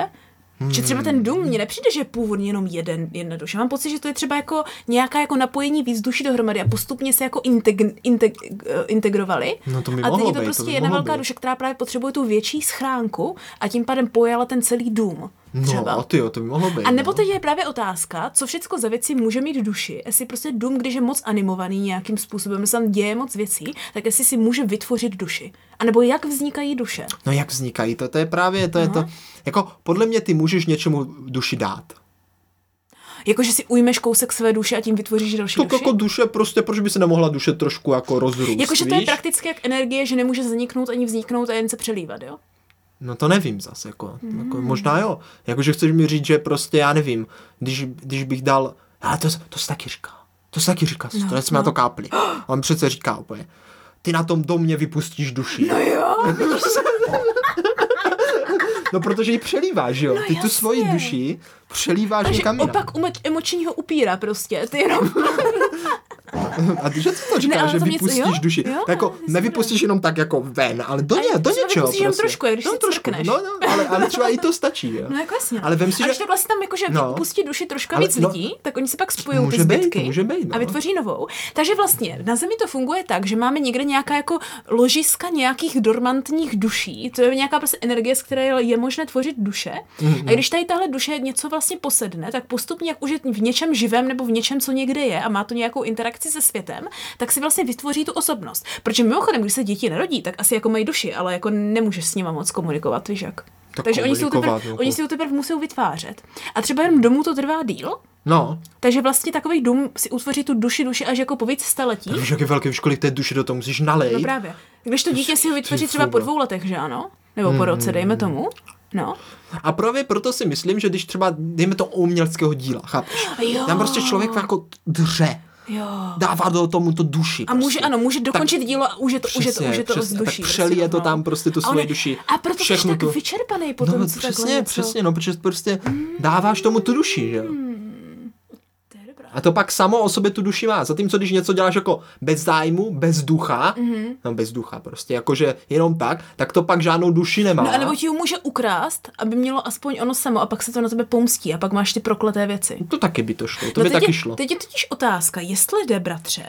Speaker 2: Hmm. Že třeba ten dům mně nepřijde, že je původně jenom jeden, jedna duše. Mám pocit, že to je třeba jako nějaká jako napojení víc duší dohromady a postupně se jako integ, integ, eh, integrovali.
Speaker 1: No to by
Speaker 2: a teď
Speaker 1: mohlo
Speaker 2: je to
Speaker 1: být,
Speaker 2: prostě
Speaker 1: to by
Speaker 2: jedna
Speaker 1: mohlo
Speaker 2: velká
Speaker 1: být.
Speaker 2: duše, která právě potřebuje tu větší schránku a tím pádem pojala ten celý dům. Třeba.
Speaker 1: No, ty jo, to by mohlo být.
Speaker 2: A nebo
Speaker 1: no.
Speaker 2: teď je právě otázka, co všechno za věci může mít duši. Jestli prostě dům, když je moc animovaný nějakým způsobem, jestli tam děje moc věcí, tak jestli si může vytvořit duši. A nebo jak vznikají duše.
Speaker 1: No jak vznikají to? To je právě, to je to,
Speaker 2: Mhm.
Speaker 1: jako podle mě ty můžeš něčemu duši dát.
Speaker 2: Jakože si ujmeš kousek své duše a tím vytvoříš další
Speaker 1: To
Speaker 2: duši.
Speaker 1: jako duše, prostě proč by se nemohla duše trošku jako rozrůst,
Speaker 2: Jakože to je
Speaker 1: víš?
Speaker 2: prakticky jak energie, že nemůže zaniknout ani vzniknout a jen se přelívat, jo?
Speaker 1: No to nevím zase, jako, mm.
Speaker 2: Hmm.
Speaker 1: jako možná jo. Jakože chceš mi říct, že prostě já nevím, když, když bych dal, ale to, to se taky říká, to se taky říká, no, to jsme na to kápli. On přece říká úplně, ty na tom domě vypustíš duši. No
Speaker 2: Jo,
Speaker 1: No protože ji přelíváš, jo. No, ty tu
Speaker 2: jasně.
Speaker 1: svoji duši přelíváš
Speaker 2: takže
Speaker 1: někam jinam.
Speaker 2: opak umo- emočního upíra prostě. Ty jenom
Speaker 1: A že co to říká,
Speaker 2: ale
Speaker 1: že
Speaker 2: tam něco-
Speaker 1: vypustíš
Speaker 2: jo,
Speaker 1: duši?
Speaker 2: jo,
Speaker 1: Tak jako
Speaker 2: ale to je
Speaker 1: nevypustíš jenom tak jako ven, ale do,
Speaker 2: A
Speaker 1: ně,
Speaker 2: jo,
Speaker 1: do
Speaker 2: třeba
Speaker 1: něčeho
Speaker 2: vypustíš jenom
Speaker 1: prostě.
Speaker 2: trošku, když
Speaker 1: no,
Speaker 2: si
Speaker 1: trošku,
Speaker 2: cvrkneš.
Speaker 1: no, no, ale, ale třeba i to stačí. Jo.
Speaker 2: No jako jasně.
Speaker 1: Ale vem si,
Speaker 2: a
Speaker 1: že...
Speaker 2: když takhle si tam jakože
Speaker 1: No.
Speaker 2: no. vypustí duši trošku
Speaker 1: Ale
Speaker 2: víc
Speaker 1: no-
Speaker 2: lidí, tak oni si pak spojují ty
Speaker 1: Může být,
Speaker 2: zbytky
Speaker 1: může být, no.
Speaker 2: a vytvoří novou. Takže vlastně na Zemi to funguje tak, že máme někde nějaká jako ložiska nějakých dormantních duší, to je nějaká prostě energie, z které je možné tvořit duše.
Speaker 1: Mhm.
Speaker 2: Mm-hmm. A když tady tahle duše něco vlastně posedne, tak postupně, jak už je v něčem živém nebo v něčem, co někde je a má to nějakou interakci se světem, tak si vlastně vytvoří tu osobnost. Protože mimochodem, když se děti narodí, tak asi jako mají duši, ale jako nemůžeš s nima moc komunikovat, víš jak.
Speaker 1: Tak
Speaker 2: Takže oni si, to teprv,
Speaker 1: komunikovat, jako.
Speaker 2: oni si to teprve musí vytvářet. A třeba jenom domů to trvá díl,
Speaker 1: No,
Speaker 2: takže vlastně takový dům si utvoří tu duši duši až jako po víc staletí.
Speaker 1: víš, jak je velký, víš, kolik té duše do toho musíš
Speaker 2: No
Speaker 1: nalejt.
Speaker 2: právě. Když to dítě si ho vytvoří
Speaker 1: Ty
Speaker 2: třeba po
Speaker 1: fuga.
Speaker 2: dvou letech, že ano? Nebo po
Speaker 1: Mm-hmm.
Speaker 2: roce, dejme tomu. No.
Speaker 1: A právě proto si myslím, že když třeba, dejme to u uměleckého díla, chápeš?
Speaker 2: Jo.
Speaker 1: Tam prostě člověk jako dře,
Speaker 2: Jo.
Speaker 1: dává do tomu to duši.
Speaker 2: A může,
Speaker 1: prostě.
Speaker 2: ano, může dokončit dílo a už je to, už je to,
Speaker 1: přesně,
Speaker 2: už je to z
Speaker 1: přesně,
Speaker 2: duší.
Speaker 1: tak přelije to
Speaker 2: no.
Speaker 1: tam prostě tu
Speaker 2: A on
Speaker 1: svoji
Speaker 2: je-
Speaker 1: duši,
Speaker 2: A proto jsi
Speaker 1: všechno
Speaker 2: tak
Speaker 1: tu-
Speaker 2: vyčerpaný
Speaker 1: No,
Speaker 2: potom, co takhle
Speaker 1: přesně,
Speaker 2: něco-
Speaker 1: přesně, no, protože prostě dáváš tomu tu duši, že jo?
Speaker 2: Hmm. To je dobrá.
Speaker 1: A to pak samo o sobě tu duši má. Zatímco když něco děláš jako bez zájmu, bez ducha,
Speaker 2: Mhm.
Speaker 1: mm-hmm. no bez ducha prostě, jakože jenom tak, tak to pak žádnou duši nemá.
Speaker 2: No, a nebo ti ho může ukrást, aby mělo aspoň ono samo a pak se to na tebe pomstí a pak máš ty prokleté věci.
Speaker 1: To taky by to šlo, to
Speaker 2: no
Speaker 1: by
Speaker 2: teď,
Speaker 1: taky
Speaker 2: je,
Speaker 1: šlo.
Speaker 2: teď je totiž otázka, jestli jde, bratře,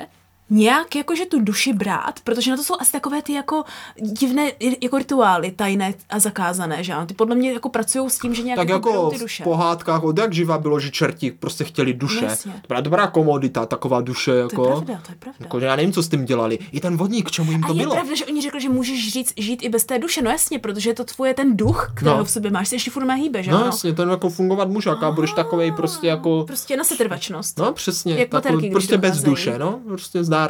Speaker 2: nějak jakože tu duši brát, protože na to jsou asi takové ty jako divné jako rituály, tajné a zakázané, že ano? Ty podle mě jako pracují s tím, že nějak
Speaker 1: Tak
Speaker 2: berou
Speaker 1: jako
Speaker 2: ty
Speaker 1: v
Speaker 2: duše.
Speaker 1: pohádkách od jak živa bylo, že čerti prostě chtěli duše.
Speaker 2: jasně.
Speaker 1: To byla dobrá komodita, taková duše
Speaker 2: To je
Speaker 1: jako.
Speaker 2: pravda, to je pravda.
Speaker 1: Jako, že já nevím, co s tím dělali. I ten vodník, k čemu jim
Speaker 2: a
Speaker 1: to
Speaker 2: je
Speaker 1: bylo.
Speaker 2: pravda, že oni řekli, že můžeš žít, žít i bez té duše, no jasně, protože je to tvoje ten duch, kterého
Speaker 1: No.
Speaker 2: v sobě máš, se ještě furt nahýbe, že
Speaker 1: No
Speaker 2: ano?
Speaker 1: jasně, ten jako fungovat může, jaká budeš takovej prostě jako...
Speaker 2: Prostě na setrvačnost.
Speaker 1: No přesně,
Speaker 2: Jak
Speaker 1: takový,
Speaker 2: baterky, Jako když Ah,
Speaker 1: prostě bez
Speaker 2: docházejí.
Speaker 1: duše, no, prostě zdar.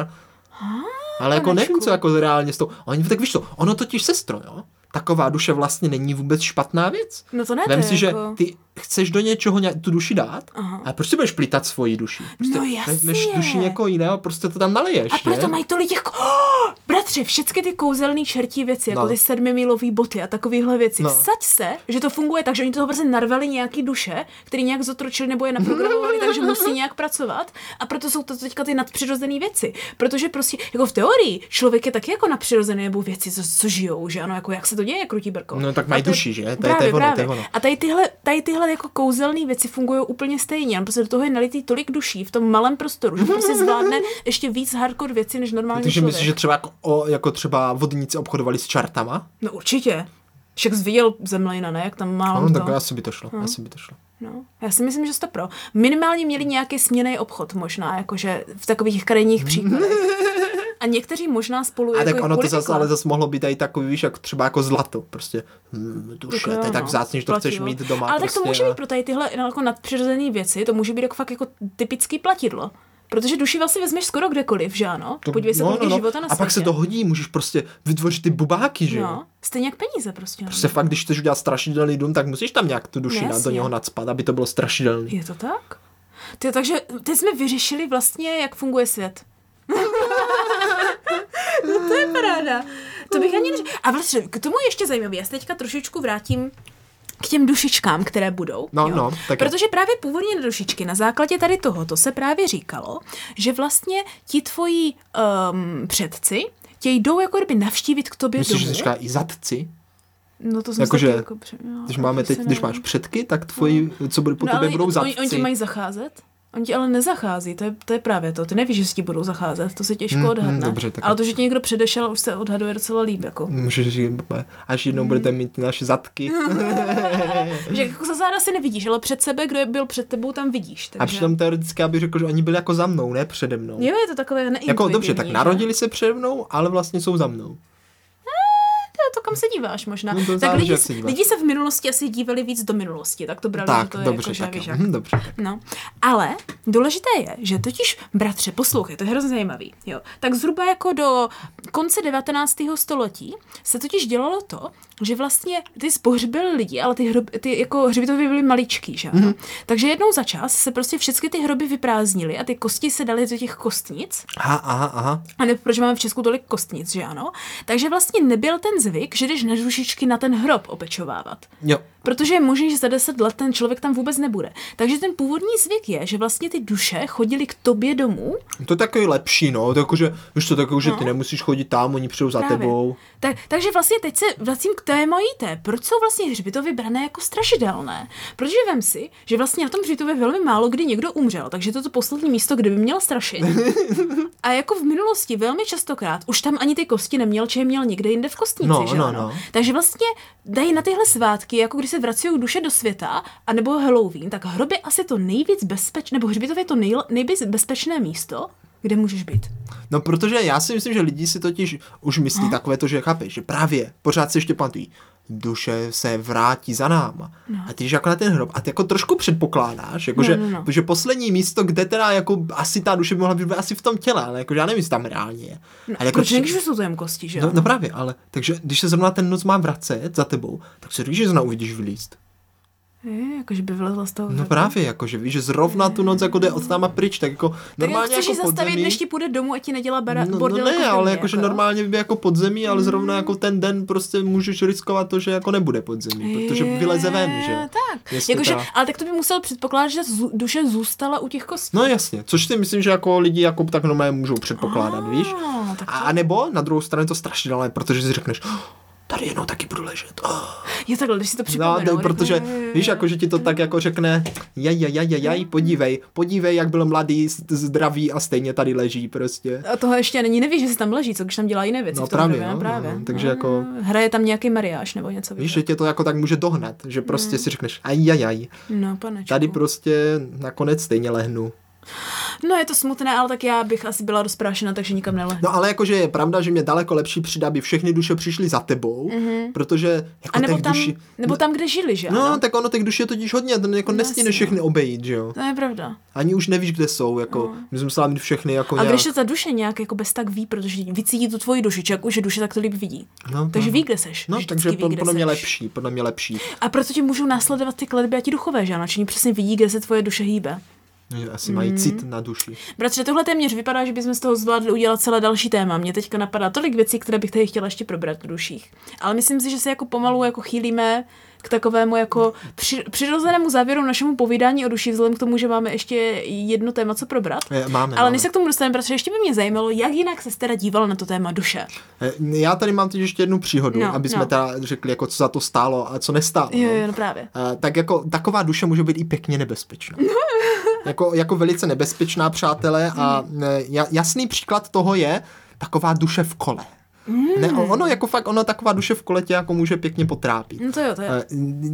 Speaker 1: Ale jako nevím,
Speaker 2: panečku.
Speaker 1: co jako reálně s tou... Oni, tak víš co, ono totiž sestro, jo? Taková duše vlastně není vůbec špatná věc.
Speaker 2: No to ne,
Speaker 1: Vem
Speaker 2: to je
Speaker 1: si, že
Speaker 2: jako-
Speaker 1: ty chceš do něčeho ně, tu duši dát,
Speaker 2: Aha.
Speaker 1: a prostě budeš plítat svoji duši. Prostě
Speaker 2: No jasně.
Speaker 1: vezmeš duši někoho jiného, prostě to tam naliješ,
Speaker 2: A proto
Speaker 1: ne?
Speaker 2: mají tolik těch... Oh, bratře, všechny ty kouzelný čertí věci, jako
Speaker 1: No.
Speaker 2: ty sedmimilový boty a takovéhle věci.
Speaker 1: No.
Speaker 2: No. Vsaď se, že to funguje tak, že oni toho prostě narvali nějaký duše, který nějak zotročili nebo je naprogramovali, takže musí nějak pracovat. A proto jsou to teďka ty nadpřirozené věci. Protože prostě, jako v teorii, člověk je taky jako nadpřirozený nebo věci, co, co žijou, že ano, jako jak se to děje, krutí brko.
Speaker 1: No, tak mají
Speaker 2: A to je-
Speaker 1: duši, že? To je- to je
Speaker 2: právě,
Speaker 1: ono, to
Speaker 2: právě.
Speaker 1: je ono.
Speaker 2: A tady tyhle, tady tyhle jako kouzelné věci fungují úplně stejně. On prostě do toho je nalitý tolik duší v tom malém prostoru, že prostě zvládne ještě víc hardcore věci než normální
Speaker 1: Takže
Speaker 2: člověk.
Speaker 1: myslíš, že třeba jako, o, jako třeba vodníci obchodovali s čartama?
Speaker 2: No určitě. Však jsi viděl Zemlina, ne? Jak tam
Speaker 1: No,
Speaker 2: málo
Speaker 1: no
Speaker 2: to. Hm.
Speaker 1: tak asi by to šlo, asi by to šlo.
Speaker 2: No. Já si myslím, že jste pro. Minimálně měli nějaký směný obchod možná, jakože v takových krajních příkladech. A někteří možná spolu
Speaker 1: A
Speaker 2: jako
Speaker 1: tak
Speaker 2: i
Speaker 1: ono to
Speaker 2: kvůli
Speaker 1: zase,
Speaker 2: takhle.
Speaker 1: ale zase mohlo být i takový, víš, jak třeba jako zlato, prostě hm, duše,
Speaker 2: jo,
Speaker 1: to je tak
Speaker 2: no.
Speaker 1: vzácný, že to
Speaker 2: Platidlo.
Speaker 1: chceš mít doma.
Speaker 2: Ale
Speaker 1: prostě,
Speaker 2: tak to může
Speaker 1: a-
Speaker 2: být pro tady tyhle jako nadpřirozené věci, to může být jako fakt jako typický platidlo. Protože duši vlastně vezmeš skoro kdekoliv, že ano?
Speaker 1: to-
Speaker 2: Podívej se, kolik je života na
Speaker 1: No, A pak se
Speaker 2: světě.
Speaker 1: to hodí, můžeš prostě vytvořit ty bubáky, že jo?
Speaker 2: No, stejně jak peníze prostě.
Speaker 1: Prostě fakt, když chceš udělat strašidelný dům, tak musíš tam nějak tu duši
Speaker 2: No,
Speaker 1: dát, do
Speaker 2: jasně.
Speaker 1: něho nadspat, aby to bylo strašidelný.
Speaker 2: Je to tak? Ty, takže teď jsme vyřešili vlastně, jak funguje svět. no to je paráda. To bych ani neřekla. A vlastně k tomu je ještě zajímavé. Já se teďka trošičku vrátím k těm dušičkám, které budou.
Speaker 1: No, no, tak jo.
Speaker 2: Protože právě původně na dušičky, na základě tady tohoto se právě říkalo, že vlastně ti tvoji um, předci tě jdou jako kdyby navštívit k tobě
Speaker 1: Myslíš, že
Speaker 2: domů.
Speaker 1: se říká i zadci?
Speaker 2: No to jsem
Speaker 1: Jako,
Speaker 2: si
Speaker 1: že
Speaker 2: taky jako při- jo,
Speaker 1: Když máme
Speaker 2: to
Speaker 1: teď,
Speaker 2: se
Speaker 1: když
Speaker 2: nevím.
Speaker 1: máš předky, tak tvoji, co bude po
Speaker 2: No, ale
Speaker 1: tobě, budou
Speaker 2: oni, oni ti
Speaker 1: zadci.
Speaker 2: mají zacházet? Oni ti ale nezachází, to je, to je právě to. Ty nevíš, že si ti budou zacházet, to se těžko
Speaker 1: Mm, mm,
Speaker 2: odhadne.
Speaker 1: dobře, tak- Hmm,
Speaker 2: ale to, že ti někdo předešel, už se odhaduje docela líp. Jako.
Speaker 1: Můžeš říct, až jednou
Speaker 2: Mm.
Speaker 1: budete mít naše zadky. hmm.
Speaker 2: Že jako za záda si nevidíš, ale před sebe, kdo je byl před tebou, tam vidíš. Takže...
Speaker 1: A přitom teoreticky já bych řekl, že oni byli jako za mnou, ne přede mnou.
Speaker 2: Jo, je to takové neintuitivní.
Speaker 1: Jako dobře, tak
Speaker 2: že?
Speaker 1: narodili se přede mnou, ale vlastně jsou za mnou.
Speaker 2: To, je to kam se díváš možná.
Speaker 1: No, to
Speaker 2: tak
Speaker 1: záleží,
Speaker 2: lidi,
Speaker 1: jak se díváš.
Speaker 2: lidi se v minulosti asi dívali víc do minulosti, tak to brali, že
Speaker 1: tak,
Speaker 2: to je
Speaker 1: dobře,
Speaker 2: jako, že,
Speaker 1: tak,
Speaker 2: víš,
Speaker 1: jo.
Speaker 2: jak-
Speaker 1: Mhm, dobře. tak.
Speaker 2: No, ale důležité je, že totiž, bratře, poslouchej, to je hrozně zajímavý, jo. Tak zhruba jako do konce 19. století se totiž dělalo to, že vlastně ty zpohřbil lidi, ale ty, hrob, ty jako hřbitovy byly maličký, že ano. Takže jednou za čas se prostě všechny ty hroby vyprázdnily a ty kosti se daly do těch kostnic
Speaker 1: Aha, aha, aha.
Speaker 2: a ne, proč máme v Česku tolik kostnic, že ano? Takže vlastně nebyl ten zvyk, že že jdeš na žlušičky na ten hrob opečovávat.
Speaker 1: Jo.
Speaker 2: Protože je možné, že za deset let ten člověk tam vůbec nebude. Takže ten původní zvyk je, že vlastně ty duše chodily k tobě domů.
Speaker 1: To je takový lepší, no, takže, víš to, takový, že ty nemusíš chodit tam, oni přijdou za
Speaker 2: No. Právě.
Speaker 1: tebou.
Speaker 2: Tak, takže vlastně teď se vracím k té mojí té. Proč jsou vlastně hřbitovy brané jako strašidelné? Protože vem si, že vlastně na tom hřbitově velmi málo kdy někdo umřel, takže to je to poslední místo, kde by měl strašit. A jako v minulosti velmi častokrát už tam ani ty kosti neměl, či je měl někde jinde v kostnici,
Speaker 1: No,
Speaker 2: že
Speaker 1: no,
Speaker 2: ano?
Speaker 1: no.
Speaker 2: Takže vlastně dají na tyhle svátky, jako když se vrací duše do světa, anebo Halloween, tak hrob je asi to nejvíc bezpečné, nebo hřbitov je to nejl- nejvíc bezpečné místo, kde můžeš být.
Speaker 1: No, protože já si myslím, že lidi si totiž už
Speaker 2: No.
Speaker 1: myslí takové to, že chápeš, že právě pořád si ještě pamatují, duše se vrátí za náma. No. A ty jdeš jako na ten hrob a ty jako trošku předpokládáš, jako
Speaker 2: No,
Speaker 1: že,
Speaker 2: no, no.
Speaker 1: že poslední místo, kde teda jako asi ta duše by mohla být, bude asi v tom těle, ale jako že já nevím, jestli tam reálně je. No, ale jako
Speaker 2: Proč
Speaker 1: při-
Speaker 2: ne, když už jsou to jen kosti, že
Speaker 1: No,
Speaker 2: ano?
Speaker 1: no právě, ale takže když se zrovna ten noc má vracet za tebou, tak se říkáš, že zrovna uvidíš vylíst.
Speaker 2: Je, jakože by vylezla z toho.
Speaker 1: No
Speaker 2: hrobu.
Speaker 1: právě, jako, že víš, že zrovna tu noc jako jde od náma pryč, tak jako
Speaker 2: Tak
Speaker 1: normálně
Speaker 2: jako chceš
Speaker 1: jako
Speaker 2: ji zastavit,
Speaker 1: podzemí,
Speaker 2: než ti půjde domů a ti nedělá bara,
Speaker 1: No, no
Speaker 2: bordel
Speaker 1: ne,
Speaker 2: jako
Speaker 1: ale
Speaker 2: firmě,
Speaker 1: jakože
Speaker 2: jo? Mm.
Speaker 1: normálně by jako podzemí, ale zrovna jako ten den prostě můžeš riskovat to, že jako nebude podzemí, protože
Speaker 2: Je,
Speaker 1: vyleze ven, že jo.
Speaker 2: Tak,
Speaker 1: Jestli
Speaker 2: jakože,
Speaker 1: ta-
Speaker 2: ale tak to by musel předpokládat, že zů- duše zůstala u těch kostí.
Speaker 1: No jasně, což si myslím, že jako lidi jako tak normálně můžou předpokládat, víš.
Speaker 2: Ah, tak
Speaker 1: A, a nebo na druhou stranu je to strašně dále, protože si řekneš, "Oh, tady jenom taky budu ležet. Oh.
Speaker 2: Je takhle, když si to
Speaker 1: No,
Speaker 2: připomenu.
Speaker 1: to,
Speaker 2: řeknu,
Speaker 1: protože
Speaker 2: jo, jo, jo,
Speaker 1: víš,
Speaker 2: jo.
Speaker 1: jako, že ti to tak jako řekne, jaj, jaj, jaj, jaj, jaj, podívej, podívej, jak byl mladý, s- zdravý a stejně tady leží prostě.
Speaker 2: A toho ještě není, nevíš, že se tam leží, co když tam dělá jiné věci.
Speaker 1: No,
Speaker 2: v tom
Speaker 1: právě,
Speaker 2: době,
Speaker 1: no,
Speaker 2: no, právě. Mm,
Speaker 1: no, takže jako-
Speaker 2: Hraje tam nějaký mariáš nebo něco.
Speaker 1: Víš,
Speaker 2: Víš,
Speaker 1: že tě to jako tak může dohnat, že
Speaker 2: Hmm.
Speaker 1: prostě si řekneš, aj, aj, aj,
Speaker 2: no, panečku.
Speaker 1: tady prostě nakonec stejně lehnu.
Speaker 2: No, je to smutné, ale tak já bych asi byla rozprášena, takže nikam nelehnu.
Speaker 1: No ale jakože je pravda, že mě daleko lepší přijde, aby všechny duše přišly za tebou, mm-hmm. protože jako
Speaker 2: Mhm. a nebo
Speaker 1: těch
Speaker 2: tam,
Speaker 1: duši...
Speaker 2: nebo tam, kde žili, že
Speaker 1: No,
Speaker 2: ano? No,
Speaker 1: tak ono těch duší je totiž hodně, ten jako nestíneš
Speaker 2: jasně.
Speaker 1: všechny obejít, že jo.
Speaker 2: To je pravda.
Speaker 1: Ani už nevíš, kde jsou, jako, no. my jsme musela mít všechny jako
Speaker 2: A
Speaker 1: nějak...
Speaker 2: když to ta duše nějak jako bez tak ví, protože vycítí tu tvoji duši, čak už je duše tak to líp vidí.
Speaker 1: No,
Speaker 2: takže
Speaker 1: no.
Speaker 2: ví, kde seš.
Speaker 1: No,
Speaker 2: Vždycky
Speaker 1: takže
Speaker 2: ví,
Speaker 1: pod,
Speaker 2: kde
Speaker 1: podle mě
Speaker 2: seš.
Speaker 1: lepší, podle mě lepší.
Speaker 2: A proto ti můžou následovat ty kletby a ti duchové, že ano? Činí přesně vidí, kde se tvoje duše hýbe.
Speaker 1: Že Asi mají
Speaker 2: Hmm.
Speaker 1: cit na duši.
Speaker 2: Bratře, tohle téměř vypadá, že bychom z toho zvládli udělat celé další téma. Mě teďka napadá tolik věcí, které bych tady chtěla ještě probrat v duších. Ale myslím si, že se jako pomalu jako chýlíme k takovému jako při, přirozenému závěru našemu povídání o duši, vzhledem k tomu, že máme ještě jedno téma, co probrat.
Speaker 1: Je, Eh, Máme,
Speaker 2: Ale
Speaker 1: máme.
Speaker 2: než se k tomu dostaneme, protože ještě by mě zajímalo, jak jinak se teda dívala na to téma duše.
Speaker 1: Eh, Já tady mám teď ještě jednu příhodu,
Speaker 2: No,
Speaker 1: aby jsme
Speaker 2: no.
Speaker 1: teda řekli, jako, co za to stálo a co nestálo.
Speaker 2: Jo,
Speaker 1: no.
Speaker 2: jo, no právě.
Speaker 1: Eh, tak jako taková duše může být i pěkně nebezpečná.
Speaker 2: No.
Speaker 1: jako, jako velice nebezpečná, přátelé. A eh, ja- jasný příklad toho je taková duše v kole.
Speaker 2: Hmm.
Speaker 1: Ne, o- ono jako fakt, ono taková duše v kole tě jako může pěkně potrápit.
Speaker 2: No to jo, to je.
Speaker 1: Eh,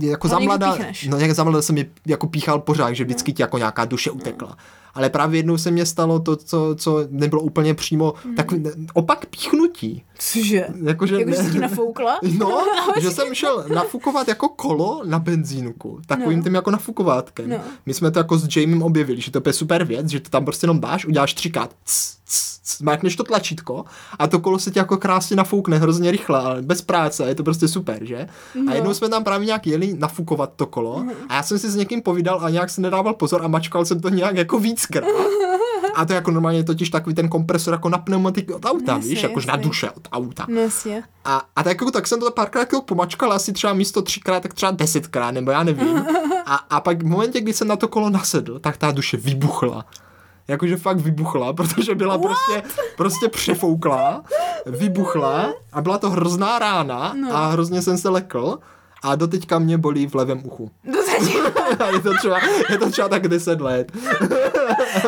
Speaker 1: jako
Speaker 2: Ale někdy
Speaker 1: zamlada,
Speaker 2: píchneš.
Speaker 1: no jak zamlada jsem je jako píchal pořád, že vždycky ti jako nějaká
Speaker 2: Mm.
Speaker 1: duše utekla. Ale právě jednou se mně stalo to, co, co nebylo úplně přímo,
Speaker 2: Mm.
Speaker 1: takový ne- opak píchnutí.
Speaker 2: Cože?
Speaker 1: Jakože
Speaker 2: Jako, že
Speaker 1: ne-
Speaker 2: jsi ti nafoukla?
Speaker 1: No, že jsem šel nafukovat jako kolo na benzínku, takovým
Speaker 2: No.
Speaker 1: tím jako nafukovátkem.
Speaker 2: No.
Speaker 1: My jsme to jako s Jamiem objevili, že to je super věc, že to tam prostě jenom dáš, uděláš třikrát, c, c, c, mákneš to tlačítko a to kolo se ti jako krásně nafoukne hrozně rychle, ale bez práce, je to prostě super, že? A
Speaker 2: No. Mhm.
Speaker 1: jednou jsme tam právě nějak jeli nafukovat to kolo a já jsem si s někým povídal a nějak se nedával pozor a mačkal jsem to nějak jako víckrát. A to je jako normálně totiž takový ten kompresor jako na pneumatiky od auta,
Speaker 2: Jasně,
Speaker 1: víš, jakož na
Speaker 2: jasně.
Speaker 1: duše od auta.
Speaker 2: No jasně.
Speaker 1: A, a tak, jako, tak jsem to párkrát jako pomačkal, asi třeba místo třikrát, tak třeba desetkrát, nebo já nevím. A, a pak v momentě, kdy jsem na to kolo nasedl, tak ta duše vybuchla. Jakože fakt vybuchla, protože byla prostě, prostě přefouklá, vybuchla a byla to hrozná rána no. a hrozně jsem se lekl a doteďka mě bolí v levém uchu. A je to třeba, je to třeba tak 10 let.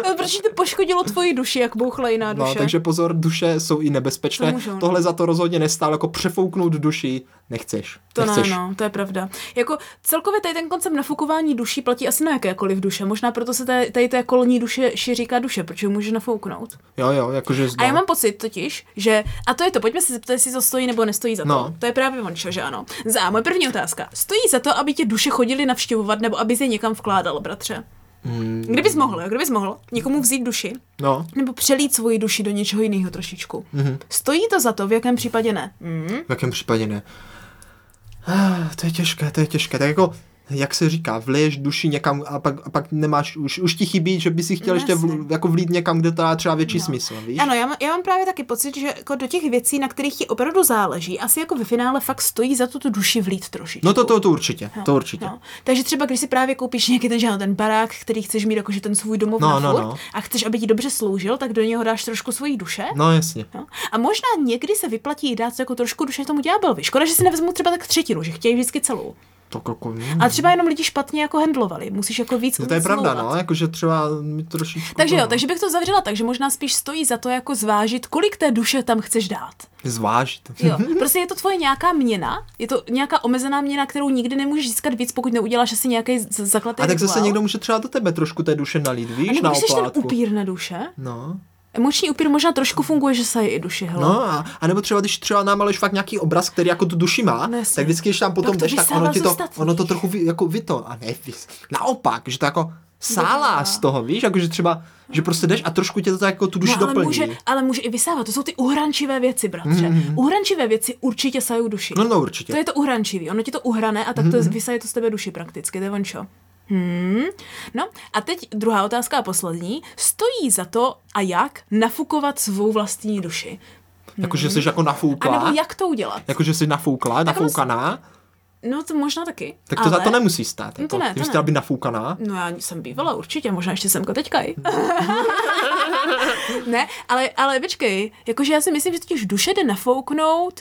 Speaker 2: No, protože to poškodilo tvoji duši, jak bouchla jiná
Speaker 1: No,
Speaker 2: duše.
Speaker 1: takže pozor, duše jsou i nebezpečné.
Speaker 2: To můžou, no.
Speaker 1: Tohle za to rozhodně nestálo, jako přefouknout duši nechceš.
Speaker 2: To ne,
Speaker 1: nechceš.
Speaker 2: no, to je pravda. Jako celkově tady ten koncept nafukování duší platí asi na jakékoliv duše. Možná proto se tady, tady té kolonní duše ši říká duše, protože ji může nafouknout.
Speaker 1: Jo, jo, jakože no.
Speaker 2: A
Speaker 1: zdá.
Speaker 2: já mám pocit totiž, že. A to je to, pojďme se zeptat, jestli to stojí nebo nestojí za to.
Speaker 1: No.
Speaker 2: To je právě on, čo, že ano. Za moje první otázka. Stojí za to, aby tě duše chodily navštěvovat nebo aby je někam vkládal, bratře?
Speaker 1: Mm.
Speaker 2: Kdybys mohl, jo, kdybys mohl někomu vzít duši
Speaker 1: No,
Speaker 2: nebo přelít svoji duši do něčeho jiného trošičku.
Speaker 1: Mhm.
Speaker 2: Mm-hmm. Stojí to za to, v jakém případě ne? Mm.
Speaker 1: v jakém případě ne. Ah, to je těžké, to je těžké. Tak jako, jak se říká, vliješ duši někam a pak, a pak nemáš, už, už ti chybí, že by si
Speaker 2: No,
Speaker 1: chtěl ještě
Speaker 2: jasně.
Speaker 1: v, jako vlít někam, kde to dá třeba větší
Speaker 2: No.
Speaker 1: no. smysl, víš?
Speaker 2: Ano, já mám, já mám právě taky pocit, že jako do těch věcí, na kterých ti opravdu záleží, asi jako ve finále fakt stojí za to tu duši vlít trošičku.
Speaker 1: No to, to, to určitě, to určitě.
Speaker 2: No. Takže třeba, když si právě koupíš nějaký ten, žádný ten barák, který chceš mít jakože ten svůj domov
Speaker 1: No,
Speaker 2: na
Speaker 1: no,
Speaker 2: furt,
Speaker 1: no.
Speaker 2: a chceš, aby ti dobře sloužil, tak do něho dáš trošku svojí duše.
Speaker 1: No jasně.
Speaker 2: No. A možná někdy se vyplatí dát jako trošku duše tomu ďábelvi. Škoda, že si nevezmu třeba tak třetinu, že chtějí vždycky celou.
Speaker 1: To, koko,
Speaker 2: A třeba jenom lidi špatně jako handlovali. Musíš jako víc
Speaker 1: to je
Speaker 2: umět
Speaker 1: pravda,
Speaker 2: smlouvat.
Speaker 1: no, jakože třeba mi trošičku...
Speaker 2: Takže
Speaker 1: to,
Speaker 2: jo,
Speaker 1: no,
Speaker 2: takže bych to zavřela tak, že možná spíš stojí za to jako zvážit, kolik té duše tam chceš dát.
Speaker 1: Zvážit.
Speaker 2: Jo, prostě je to tvoje nějaká měna, je to nějaká omezená měna, kterou nikdy nemůžeš získat víc, pokud neuděláš asi nějaký zakletý
Speaker 1: A tak zase
Speaker 2: rituál.
Speaker 1: někdo může třeba do tebe trošku té duše nalít,
Speaker 2: A
Speaker 1: víš,
Speaker 2: nebo
Speaker 1: na
Speaker 2: když jsi ten
Speaker 1: oplátku.
Speaker 2: upír na duše,
Speaker 1: No,
Speaker 2: emoční upír možná trošku funguje, že saje i duše, hele.
Speaker 1: no a, a, nebo třeba, když třeba namaluješ fakt nějaký obraz, který jako tu duši má,
Speaker 2: No jasně.
Speaker 1: tak vždycky, když tam potom
Speaker 2: to
Speaker 1: jdeš, tak
Speaker 2: vysává
Speaker 1: ono, ti
Speaker 2: z
Speaker 1: to,
Speaker 2: ostatních.
Speaker 1: ono to trochu vy, jako vy to, a ne vy, naopak, že to jako sálá
Speaker 2: Dodává.
Speaker 1: z toho, víš, jako že třeba, že prostě jdeš a trošku tě to tak jako tu duši
Speaker 2: No, ale,
Speaker 1: doplní. Mhm,
Speaker 2: může, ale může i vysávat, to jsou ty uhrančivé věci, bratře. Mm-hmm. Uhrančivé věci určitě sajou duši.
Speaker 1: No, Mhm, no, určitě.
Speaker 2: To je to uhrančivý, ono ti to uhrane a tak to vysaje to z tebe duši prakticky, to je vončo. Hmm. No a teď druhá otázka a poslední. Stojí za to a jak nafukovat svou vlastní duši?
Speaker 1: Jakože jsi jako
Speaker 2: A
Speaker 1: nafouklá.
Speaker 2: nebo jak to udělat?
Speaker 1: Jakože jsi nafoukla,
Speaker 2: ono s-
Speaker 1: nafoukaná,
Speaker 2: No to možná taky.
Speaker 1: tak to
Speaker 2: ale...
Speaker 1: za to nemusí stát.
Speaker 2: No to
Speaker 1: Jako,
Speaker 2: ne, to
Speaker 1: kdyby jsi
Speaker 2: ne.
Speaker 1: chtěla být nafoukaná,
Speaker 2: No já jsem bývala určitě, možná ještě jsem teďka i. ne, ale, ale počkej, jakože já si myslím, že totiž duše jde nafouknout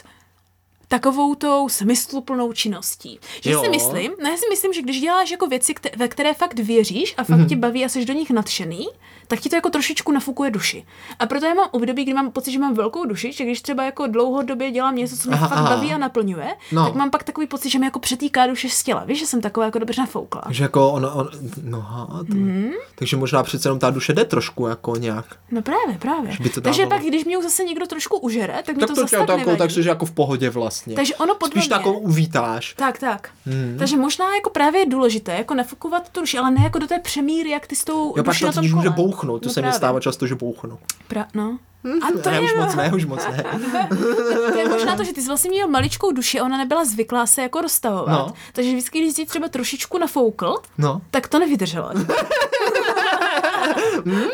Speaker 2: takovou tou smysluplnou činností. Že jo. si
Speaker 1: Jo.
Speaker 2: myslím, no já si myslím, že když děláš jako věci, kte- ve které fakt věříš a fakt
Speaker 1: Mhm.
Speaker 2: mm-hmm. tě baví a jsi do nich nadšený, tak ti to jako trošičku nafukuje duši. A proto já mám období, kdy mám pocit, že mám velkou duši, že když třeba jako dlouhodobě dělám něco, co mě
Speaker 1: Aha,
Speaker 2: fakt
Speaker 1: aha.
Speaker 2: baví a naplňuje, no.
Speaker 1: No.
Speaker 2: tak mám pak takový pocit, že mi jako přetýká duše z těla. Víš, že jsem taková jako dobře nafoukla.
Speaker 1: že jako on, on no, ha, to,
Speaker 2: Mhm.
Speaker 1: takže možná přece jenom ta duše jde trošku jako nějak.
Speaker 2: No právě, právě.
Speaker 1: by to
Speaker 2: Takže
Speaker 1: dávalo.
Speaker 2: pak, když mě už zase někdo trošku užere, tak mi
Speaker 1: Tak
Speaker 2: to, to
Speaker 1: to, tě
Speaker 2: zase tak
Speaker 1: takovou,
Speaker 2: nevadí.
Speaker 1: tak jsi jako v pohodě vlastně.
Speaker 2: Takže ono podle
Speaker 1: Spíš
Speaker 2: mě-
Speaker 1: takovou uvítáš.
Speaker 2: Tak, tak.
Speaker 1: Mhm.
Speaker 2: Hmm. Takže možná jako právě je důležité jako nafukovat tu duši, ale ne jako do té přemíry, jak ty s tou
Speaker 1: Jo, pak
Speaker 2: duší na
Speaker 1: to
Speaker 2: tom
Speaker 1: totiž může
Speaker 2: kole.
Speaker 1: bouchnout, to
Speaker 2: no
Speaker 1: se mi
Speaker 2: právě.
Speaker 1: stává často, že bouchnu.
Speaker 2: Pra, no. A to
Speaker 1: ne,
Speaker 2: je,
Speaker 1: už moc ne, už moc ne.
Speaker 2: to je možná to, že ty jsi vlastně měl maličkou duši a ona nebyla zvyklá se jako rozstavovat.
Speaker 1: No.
Speaker 2: Takže vždycky, když jsi třeba trošičku nafoukl,
Speaker 1: No,
Speaker 2: tak to nevydrželo.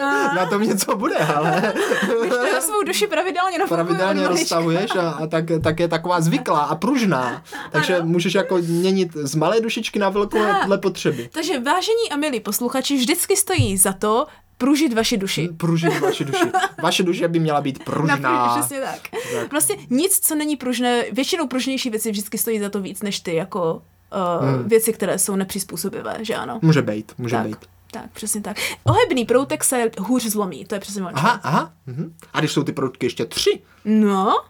Speaker 2: Ah.
Speaker 1: na tom něco bude, ale
Speaker 2: Když to svou duši pravidelně nafoukuje
Speaker 1: pravidelně
Speaker 2: od malička.
Speaker 1: rozstavuješ a, a tak, tak je taková zvyklá a pružná. Takže můžeš jako měnit z malé dušičky na velkou
Speaker 2: Ah.
Speaker 1: dle potřeby.
Speaker 2: Takže vážení a milí posluchači, vždycky stojí za to pružit vaši duši.
Speaker 1: Pružit vaše duši. Vaše duše by měla být
Speaker 2: Napříč,
Speaker 1: pružná.
Speaker 2: přesně tak. Vlastně nic, co není pružné, většinou pružnější věci vždycky stojí za to víc, než ty jako uh, hmm. věci, které jsou nepřizpůsobivé, že ano?
Speaker 1: Může být, může
Speaker 2: tak,
Speaker 1: být.
Speaker 2: tak, přesně tak. Ohebný proutek se hůř zlomí, to je přesně ono.
Speaker 1: Aha, aha. Mhm. A když jsou ty produktky ještě tři,
Speaker 2: No,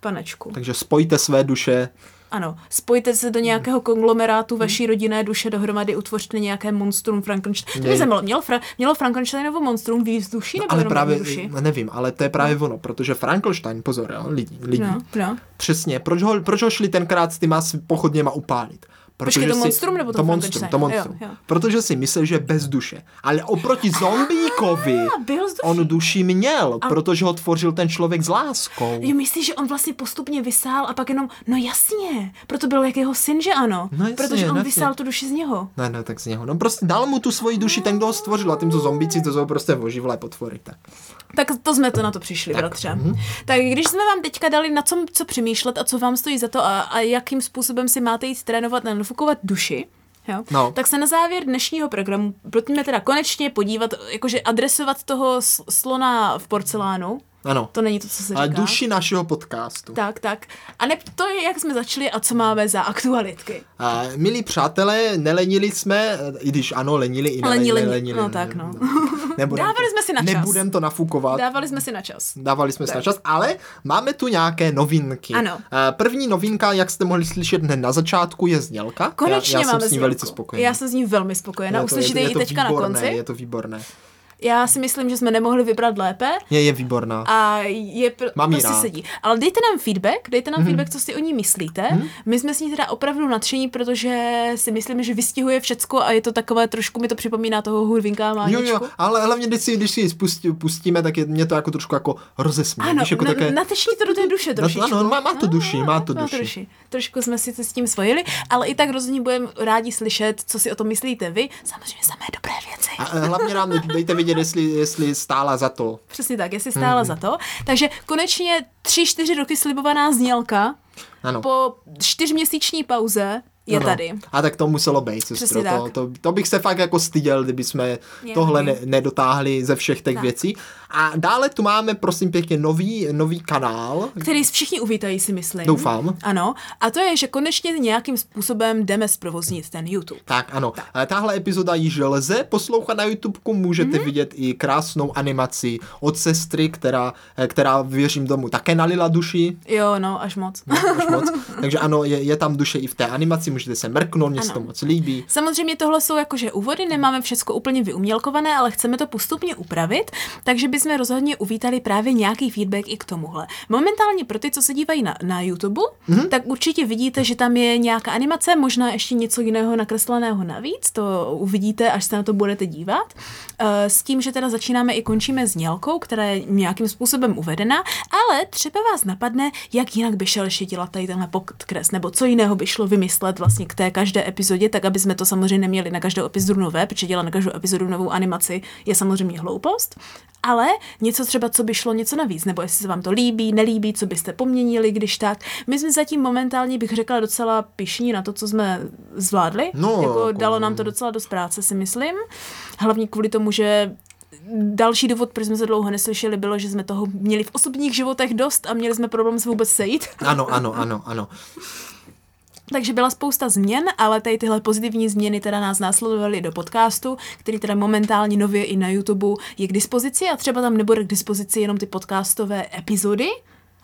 Speaker 2: panečku.
Speaker 1: takže spojte své duše.
Speaker 2: Ano, spojte se do nějakého
Speaker 1: Hmm.
Speaker 2: konglomerátu vaší rodinné duše dohromady, utvořte nějaké monstrum Frankenstein. To mě
Speaker 1: Jej.
Speaker 2: zajímalo, mělo, fra- mělo Frankensteinovo monstrum víc duší nebo
Speaker 1: No, Ale
Speaker 2: jenom
Speaker 1: právě,
Speaker 2: jednu duši?
Speaker 1: nevím, ale to je právě ono, protože Frankenstein, pozor, jo, lidi, lidi.
Speaker 2: No, no.
Speaker 1: Přesně, proč ho, proč ho šli tenkrát s těma s- pochodněma upálit? Protože
Speaker 2: Počkej, to monstrum nebo to
Speaker 1: to monstrum,
Speaker 2: Frankenstein?
Speaker 1: to monstrum.
Speaker 2: Jo, jo.
Speaker 1: Protože si myslel, že je bez duše. Ale oproti zombíkovi
Speaker 2: A byl z duší.
Speaker 1: on duši měl, protože ho tvořil ten člověk s láskou.
Speaker 2: Jo, myslíš, že on vlastně postupně vysál a pak jenom, no jasně, proto byl jak jeho syn, že ano,
Speaker 1: No jasně,
Speaker 2: protože on
Speaker 1: jasně.
Speaker 2: vysál tu duši z něho.
Speaker 1: Ne, ne, tak z něho. No prostě dal mu tu svoji duši ten, kdo ho stvořil a tím, co zombíci, to jsou prostě oživlé potvory. Tak.
Speaker 2: Tak to jsme to na to přišli, tak. bratře.
Speaker 1: mhm.
Speaker 2: Tak když jsme vám teďka dali na co, co přemýšlet a co vám stojí za to a, a jakým způsobem si máte jít trénovat a nafukovat duši, Jo?
Speaker 1: No.
Speaker 2: Tak se na závěr dnešního programu pojďme teda konečně podívat, jakože adresovat toho sl- slona v porcelánu.
Speaker 1: Ano.
Speaker 2: To není to, co se říká.
Speaker 1: Ale duši našeho podcastu.
Speaker 2: Tak, tak. A ne, to je, jak jsme začali a co máme za aktualitky.
Speaker 1: A, milí přátelé, nelenili jsme, i když ano, lenili i nelenili.
Speaker 2: Lenili,
Speaker 1: lenili
Speaker 2: no tak, no.
Speaker 1: Nebudem
Speaker 2: Dávali
Speaker 1: to-
Speaker 2: jsme si na čas.
Speaker 1: Nebudem to nafukovat.
Speaker 2: Dávali jsme si na čas.
Speaker 1: Dávali jsme si na čas, ale máme tu nějaké novinky.
Speaker 2: Ano.
Speaker 1: A První novinka, jak jste mohli slyšet hned na začátku, je znělka.
Speaker 2: Konečně
Speaker 1: já, já
Speaker 2: máme
Speaker 1: jsem s ní
Speaker 2: znělku.
Speaker 1: velice spokojený.
Speaker 2: Já jsem s ní velmi spokojená.
Speaker 1: Je to-
Speaker 2: Uslyšíte
Speaker 1: je to-
Speaker 2: ji
Speaker 1: je to
Speaker 2: teďka na
Speaker 1: výborné,
Speaker 2: konci.
Speaker 1: Je to výborné.
Speaker 2: Já si myslím, že jsme nemohli vybrat lépe
Speaker 1: Je, je výborná.
Speaker 2: a je pr-
Speaker 1: Mám ji
Speaker 2: prostě
Speaker 1: rád. Mhm.
Speaker 2: sedí. Ale dejte nám feedback, dejte nám feedback, co si o ní myslíte. My jsme s ní teda opravdu nadšení, protože si myslím, že vystihuje všecko a je to takové trošku, mi to připomíná toho hurvinka a
Speaker 1: Jo, jo, ale hlavně, když si, když si ji spustí, pustíme, tak je, mě to jako trošku jako rozesmí.
Speaker 2: Ano,
Speaker 1: Víš, jako
Speaker 2: na,
Speaker 1: také,
Speaker 2: natečni to do té duše trošičku.
Speaker 1: ano, má- má to duši,
Speaker 2: Ah,
Speaker 1: má to duši.
Speaker 2: Trošku jsme si to s tím svojili, ale i tak rozhodně budeme rádi slyšet, co si o tom myslíte vy. Samozřejmě samé dobré věci.
Speaker 1: A e, hlavně nám dejte vědět, jestli, jestli stála za to.
Speaker 2: Přesně tak, jestli stála
Speaker 1: Mhm.
Speaker 2: za to. Takže konečně tři, čtyři roky slibovaná znělka
Speaker 1: Ano.
Speaker 2: po čtyřměsíční pauze je
Speaker 1: No. ano.
Speaker 2: tady.
Speaker 1: No, A tak to muselo být, sestro.
Speaker 2: Přesně
Speaker 1: To,
Speaker 2: tak.
Speaker 1: to, to, bych se fakt jako styděl, kdyby jsme
Speaker 2: Já
Speaker 1: tohle
Speaker 2: taky.
Speaker 1: ne, nedotáhli ze všech těch
Speaker 2: Tak.
Speaker 1: věcí. A dále tu máme, prosím pěkně, nový, nový kanál.
Speaker 2: Který všichni uvítají, si myslím.
Speaker 1: Doufám.
Speaker 2: Ano. A to je, že konečně nějakým způsobem jdeme zprovoznit ten YouTube.
Speaker 1: Tak ano, Eh, tahle epizoda již lze poslouchat na YouTubeku, můžete
Speaker 2: Mhm.
Speaker 1: mm-hmm. vidět i krásnou animaci od sestry, která, eh, která věřím tomu také nalila duši,
Speaker 2: Jo, no, až moc.
Speaker 1: až moc. takže ano, je, je tam duše i v té animaci, můžete se mrknout, mně se to
Speaker 2: Ano.
Speaker 1: moc líbí.
Speaker 2: Samozřejmě tohle jsou jakože úvody, nemáme všechno úplně vyumělkované, ale chceme to postupně upravit, takže bychom rozhodně uvítali právě nějaký feedback i k tomuhle. Momentálně pro ty, co se dívají na, na YouTube, mm-hmm. tak určitě vidíte, že tam je nějaká animace, možná ještě něco jiného nakresleného navíc, to uvidíte, až se na to budete dívat. Eh, S tím, že teda začínáme i končíme s nělkou, která je nějakým způsobem uvedena, ale třeba vás napadne, jak jinak by šel ještě dělat tady tenhle podkres, nebo co jiného by šlo vymyslet vlastně k té každé epizodě, tak aby jsme to samozřejmě neměli na každou epizodu nové, protože dělat na každou epizodu novou animaci je samozřejmě hloupost, ale něco třeba, co by šlo něco navíc, nebo jestli se vám to líbí, nelíbí, co byste poměnili, když tak. My jsme zatím momentálně, bych řekla, docela pišní na to, co jsme zvládli.
Speaker 1: No,
Speaker 2: jako
Speaker 1: jako-
Speaker 2: dalo nám to docela dost práce, si myslím. Hlavně kvůli tomu, že Další důvod, proč jsme se dlouho neslyšeli, bylo, že jsme toho měli v osobních životech dost a měli jsme problém se vůbec sejít.
Speaker 1: Ano, ano, ano, ano.
Speaker 2: Takže byla spousta změn, ale tady tyhle pozitivní změny teda nás následovaly do podcastu, který teda momentálně nově i na YouTube je k dispozici a třeba tam nebude k dispozici jenom ty podcastové epizody,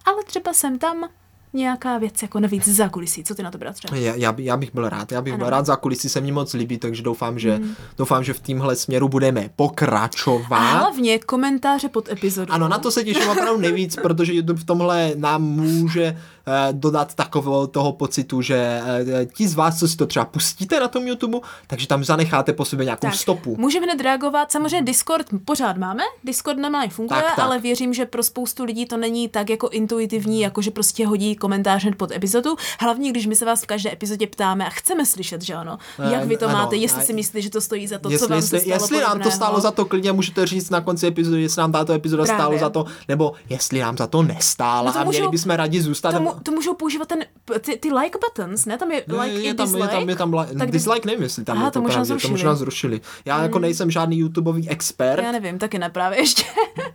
Speaker 2: ale třeba jsem tam nějaká věc jako navíc za kulisí. Co ty na to, bratře?
Speaker 1: Já, já, by, já bych byl rád, já bych ano. byl
Speaker 2: Ano. Mhm.
Speaker 1: rád, za kulisy se mi moc líbí, takže doufám, že, mm. doufám, že v tímhle směru budeme pokračovat.
Speaker 2: A hlavně komentáře pod epizodou.
Speaker 1: Ano, na to se těším opravdu nejvíc, protože YouTube v tomhle nám může eh, dodat takového toho pocitu, že eh, ti z vás, co si to třeba pustíte na tom YouTube, takže tam zanecháte po sobě nějakou tak. stopu. Mhm.
Speaker 2: Můžeme hned reagovat. Samozřejmě Discord pořád máme, Discord normálně funguje, tak,
Speaker 1: Tak, tak. Mhm.
Speaker 2: tak. ale věřím, že pro spoustu lidí to není tak jako intuitivní, jako že prostě hodí komentář hned pod epizodu. Hlavně, když my se vás v každé epizodě ptáme a chceme slyšet, že ano,
Speaker 1: Eh,
Speaker 2: jak vy to
Speaker 1: ano,
Speaker 2: máte, jestli
Speaker 1: a-
Speaker 2: si myslíte, že to stojí za to,
Speaker 1: jestli,
Speaker 2: co vám
Speaker 1: jestli,
Speaker 2: se stalo
Speaker 1: jestli nám to
Speaker 2: podobného.
Speaker 1: stálo za to, klidně můžete říct na konci epizody, jestli nám tato epizoda
Speaker 2: Právě.
Speaker 1: stálo za to, nebo jestli nám za to nestála
Speaker 2: No to
Speaker 1: a měli
Speaker 2: můžou-
Speaker 1: bychom rádi zůstat.
Speaker 2: To,
Speaker 1: nebo-
Speaker 2: mu, to můžou používat ten, ty, ty like buttons, ne? Tam je
Speaker 1: Ne,
Speaker 2: like
Speaker 1: No, je,
Speaker 2: i
Speaker 1: tam,
Speaker 2: dislike.
Speaker 1: je tam, je tam like,
Speaker 2: Tak
Speaker 1: tak
Speaker 2: dis-
Speaker 1: dislike, nevím, jestli tam
Speaker 2: Aha,
Speaker 1: je to,
Speaker 2: to možná
Speaker 1: právě, to
Speaker 2: zrušili. Hmm.
Speaker 1: možná zrušili. Já jako nejsem žádný YouTubeový expert,
Speaker 2: Já nevím, taky ne právě ještě.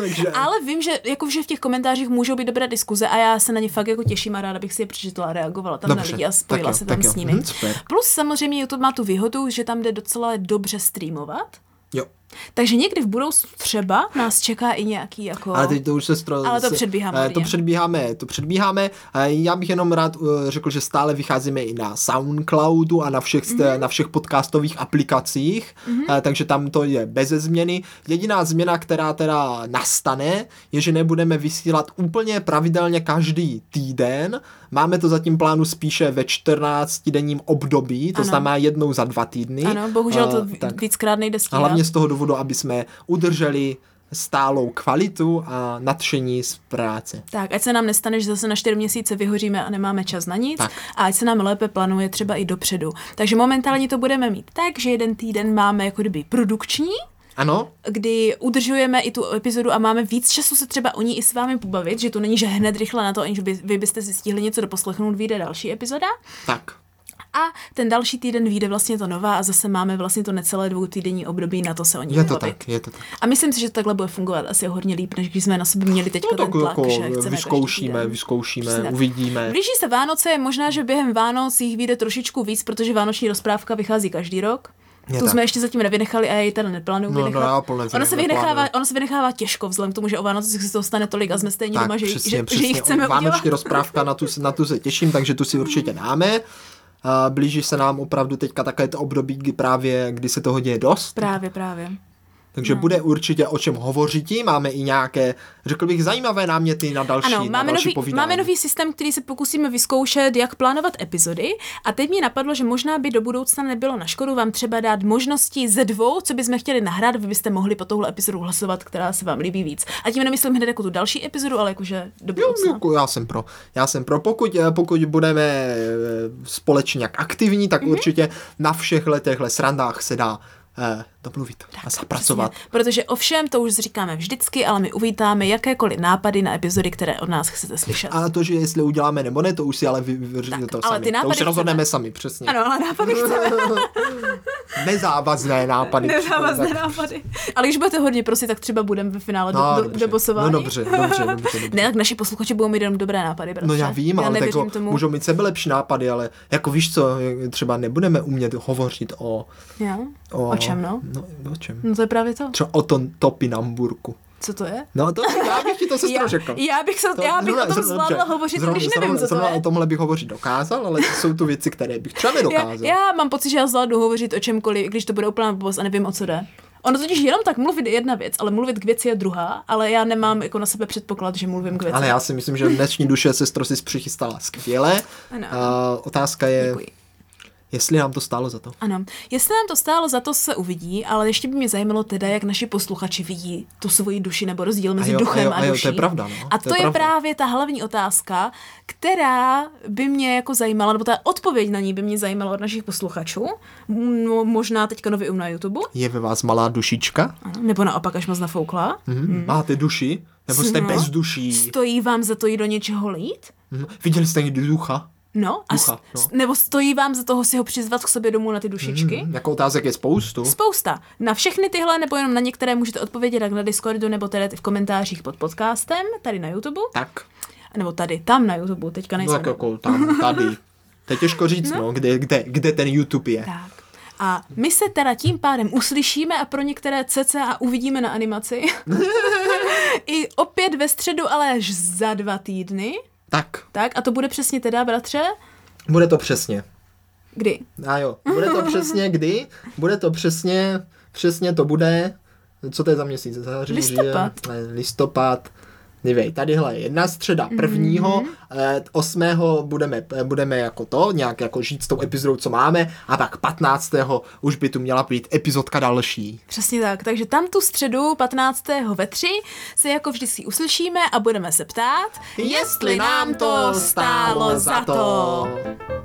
Speaker 1: takže
Speaker 2: Ale vím, že, jako, že v těch komentářích můžou být dobré diskuze a já se na ně fakt jako těším a ráda bych si je přečetla a reagovala tam
Speaker 1: Dobře,
Speaker 2: na lidi a spojila
Speaker 1: tak jo,
Speaker 2: se tam
Speaker 1: tak jo.
Speaker 2: s nimi.
Speaker 1: Mhm, super.
Speaker 2: Plus samozřejmě YouTube má tu výhodu, že tam jde docela dobře streamovat.
Speaker 1: jo.
Speaker 2: Takže někdy v budoucnu třeba nás čeká i nějaký jako...
Speaker 1: Ale teď to už se stro...
Speaker 2: Ale to
Speaker 1: se-
Speaker 2: předbíháme,
Speaker 1: eh, To
Speaker 2: Marie.
Speaker 1: předbíháme, to předbíháme. Eh, Já bych jenom rád eh, řekl, že stále vycházíme i na Soundcloudu a na všech,
Speaker 2: Mhm.
Speaker 1: mm-hmm. na všech podcastových aplikacích, mm-hmm. takže tam to je bez změny. Jediná změna, která teda nastane, je, že nebudeme vysílat úplně pravidelně každý týden. Máme to zatím plánu spíše ve 14-denním období, to ano.
Speaker 2: Ano.
Speaker 1: znamená jednou za dva týdny.
Speaker 2: Ano, bohužel to
Speaker 1: Eh,
Speaker 2: v-
Speaker 1: tak.
Speaker 2: víckrát nejde
Speaker 1: A
Speaker 2: stíhat.
Speaker 1: hlavně z toho důvodu, aby jsme udrželi stálou kvalitu a nadšení z práce.
Speaker 2: Tak, ať se nám nestane, že zase na čtyři měsíce vyhoříme a nemáme čas na nic.
Speaker 1: Tak.
Speaker 2: A ať se nám lépe plánuje třeba i dopředu. Takže momentálně to budeme mít tak, že jeden týden máme jako kdyby produkční,
Speaker 1: Ano?
Speaker 2: kdy udržujeme i tu epizodu a máme víc času se třeba o ní i s vámi pobavit, že to není, že hned rychle na to, aniž by, vy byste si stihli něco doposlechnout, vyjde další epizoda.
Speaker 1: Tak.
Speaker 2: A ten další týden vyjde vlastně to nová a zase máme vlastně to necelé dvou týdenní období na to se o ní
Speaker 1: Je to
Speaker 2: bavit.
Speaker 1: tak, je to tak.
Speaker 2: A myslím si, že to takhle bude fungovat asi hodně líp, než když jsme na sebe měli teďka
Speaker 1: No
Speaker 2: ten
Speaker 1: tak
Speaker 2: tlak,
Speaker 1: jako
Speaker 2: že chceme
Speaker 1: vyzkoušíme,
Speaker 2: každý den.
Speaker 1: vyzkoušíme,
Speaker 2: Přesně tak.
Speaker 1: uvidíme.
Speaker 2: Blíží se Vánoce, možná, že během Vánoc jich vyjde trošičku víc, protože Vánoční rozprávka vychází každý rok.
Speaker 1: Je
Speaker 2: tu
Speaker 1: tak.
Speaker 2: jsme ještě zatím nevynechali a já ji teda neplánuju
Speaker 1: No, no,
Speaker 2: vynechat.
Speaker 1: já plně
Speaker 2: ono, se
Speaker 1: neplánuju.
Speaker 2: vynechává, ono se vynechává těžko, vzhledem k tomu, že o Vánocích se toho stane tolik a jsme stejně
Speaker 1: Tak,
Speaker 2: doma, že,
Speaker 1: přesně,
Speaker 2: že,
Speaker 1: přesně.
Speaker 2: že ji chceme
Speaker 1: Vánoční
Speaker 2: udělat.
Speaker 1: rozprávka, na tu, se- na tu se těším, takže tu si určitě dáme. A blíží se nám opravdu teďka takové to období, kdy právě, kdy se toho děje dost.
Speaker 2: Právě, právě.
Speaker 1: Takže bude určitě o čem hovořit. Máme i nějaké, řekl bych, zajímavé náměty na další,
Speaker 2: Ano,
Speaker 1: na
Speaker 2: máme
Speaker 1: další
Speaker 2: nový,
Speaker 1: povídání.
Speaker 2: máme nový systém, který se pokusíme vyzkoušet, jak plánovat epizody. A teď mi napadlo, že možná by do budoucna nebylo na škodu vám třeba dát možnosti ze dvou, co bychom chtěli nahrát, vy byste mohli po tohle epizodu hlasovat, která se vám líbí víc. A tím nemyslím hned jako tu další epizodu, ale jakože do
Speaker 1: Jo,
Speaker 2: budoucna.
Speaker 1: jako já jsem pro. Já jsem pro. Pokud, eh, pokud budeme eh, společně nějak aktivní,
Speaker 2: Mhm.
Speaker 1: tak mm-hmm. určitě na všech těchto srandách se dá eh, domluvit a zapracovat.
Speaker 2: Přesně, Protože ovšem, to už říkáme vždycky, ale my uvítáme jakékoliv nápady na epizody, které od nás chcete slyšet.
Speaker 1: A to, že jestli uděláme nebo ne, to už si ale vy, vy, tak, to,
Speaker 2: ale
Speaker 1: sami.
Speaker 2: ty
Speaker 1: to
Speaker 2: nápady
Speaker 1: už
Speaker 2: chceme.
Speaker 1: rozhodneme sami, přesně.
Speaker 2: Ano, ale nápady chceme.
Speaker 1: Nezávazné nápady.
Speaker 2: Nezávazné
Speaker 1: Tak-
Speaker 2: nápady. Ale když budete hodně prosit, tak třeba budeme ve finále do,
Speaker 1: No,
Speaker 2: do,
Speaker 1: dobře.
Speaker 2: dobosování.
Speaker 1: No dobře, dobře, dobře. dobře.
Speaker 2: Ne, tak naši posluchači budou mít jenom dobré nápady, bratře.
Speaker 1: No já vím, ale tak
Speaker 2: nevěřím
Speaker 1: jako, můžou mít sebe lepší nápady, ale jako víš co, třeba nebudeme umět hovořit o...
Speaker 2: Jo?
Speaker 1: O,
Speaker 2: O čem, no?
Speaker 1: No, o čem?
Speaker 2: No to je právě to.
Speaker 1: Třeba o tom topinamburku.
Speaker 2: Co to je?
Speaker 1: No to já bych ti to sestro
Speaker 2: Já,
Speaker 1: řekl.
Speaker 2: já bych, se, já bych o tom
Speaker 1: zrovna-
Speaker 2: zvládla
Speaker 1: dobře,
Speaker 2: hovořit,
Speaker 1: zrovna-
Speaker 2: když nevím,
Speaker 1: zrovna-
Speaker 2: co to
Speaker 1: zrovna
Speaker 2: je.
Speaker 1: o tomhle bych hovořit dokázal, ale to jsou tu věci, které bych třeba
Speaker 2: Já,
Speaker 1: nedokázal.
Speaker 2: já mám pocit, že já zvládnu hovořit o čemkoliv, i když to bude úplná blbost a nevím, o co jde. Ono totiž jenom tak mluvit je jedna věc, ale mluvit k věci je druhá, ale já nemám jako na sebe předpoklad, že mluvím k věci.
Speaker 1: Ale já si myslím, že dnešní duše sestro si přichystala skvěle.
Speaker 2: Ano.
Speaker 1: A otázka je,
Speaker 2: Děkuji.
Speaker 1: jestli nám to stálo za to.
Speaker 2: Ano, jestli nám to stálo za to, se uvidí, ale ještě by mě zajímalo teda, jak naši posluchači vidí tu svoji duši nebo rozdíl mezi
Speaker 1: A jo,
Speaker 2: duchem
Speaker 1: a jo,
Speaker 2: a
Speaker 1: a jo,
Speaker 2: duší.
Speaker 1: to je pravda, no.
Speaker 2: A
Speaker 1: To
Speaker 2: to,
Speaker 1: je
Speaker 2: je,
Speaker 1: pravda.
Speaker 2: právě ta hlavní otázka, která by mě jako zajímala, nebo ta odpověď na ní by mě zajímala od našich posluchačů, no, možná teďka nově um na YouTube,
Speaker 1: Je ve vás malá dušička?
Speaker 2: ano, nebo naopak až moc nafoukla.
Speaker 1: Mm-hmm. Máte duši? Nebo jste
Speaker 2: No.
Speaker 1: bez duší?
Speaker 2: Stojí vám za to jít do něčeho lít?
Speaker 1: Mhm. Viděli jste někdy ducha?
Speaker 2: No, a
Speaker 1: Ducha,
Speaker 2: s-
Speaker 1: no.
Speaker 2: s- nebo stojí vám za toho si ho přizvat k sobě domů na ty dušičky?
Speaker 1: Mhm. Jako otázek je spoustu.
Speaker 2: Spousta. Na všechny tyhle nebo jenom na některé můžete odpovědět jak na Discordu nebo tady v komentářích pod podcastem, tady na YouTube,
Speaker 1: tak.
Speaker 2: nebo tady, tam na YouTube, teďka
Speaker 1: No
Speaker 2: nejsem.
Speaker 1: tak jako tam, tady. To je těžko říct, no, kde, kde, kde ten YouTube je.
Speaker 2: tak. A my se teda tím pádem uslyšíme a pro některé cca uvidíme na animaci. I opět ve středu, ale až za dva týdny.
Speaker 1: Tak,
Speaker 2: Tak a to bude přesně teda, bratře,
Speaker 1: bude to přesně.
Speaker 2: kdy?
Speaker 1: A jo, bude to přesně kdy? Bude to přesně, přesně to bude, co to je za měsíc? Září,
Speaker 2: Listopad.
Speaker 1: říjen, eh, listopad. Dívej, tadyhle je jedna středa prvního, mm-hmm. osmého budeme, eh, budeme jako to, nějak jako žít s tou epizodou, co máme, a pak 15. už by tu měla být epizodka další.
Speaker 2: Přesně tak. Takže tam tu středu 15. ve 3 se jako vždycky uslyšíme a budeme se ptát,
Speaker 1: Jestli nám to stálo za to.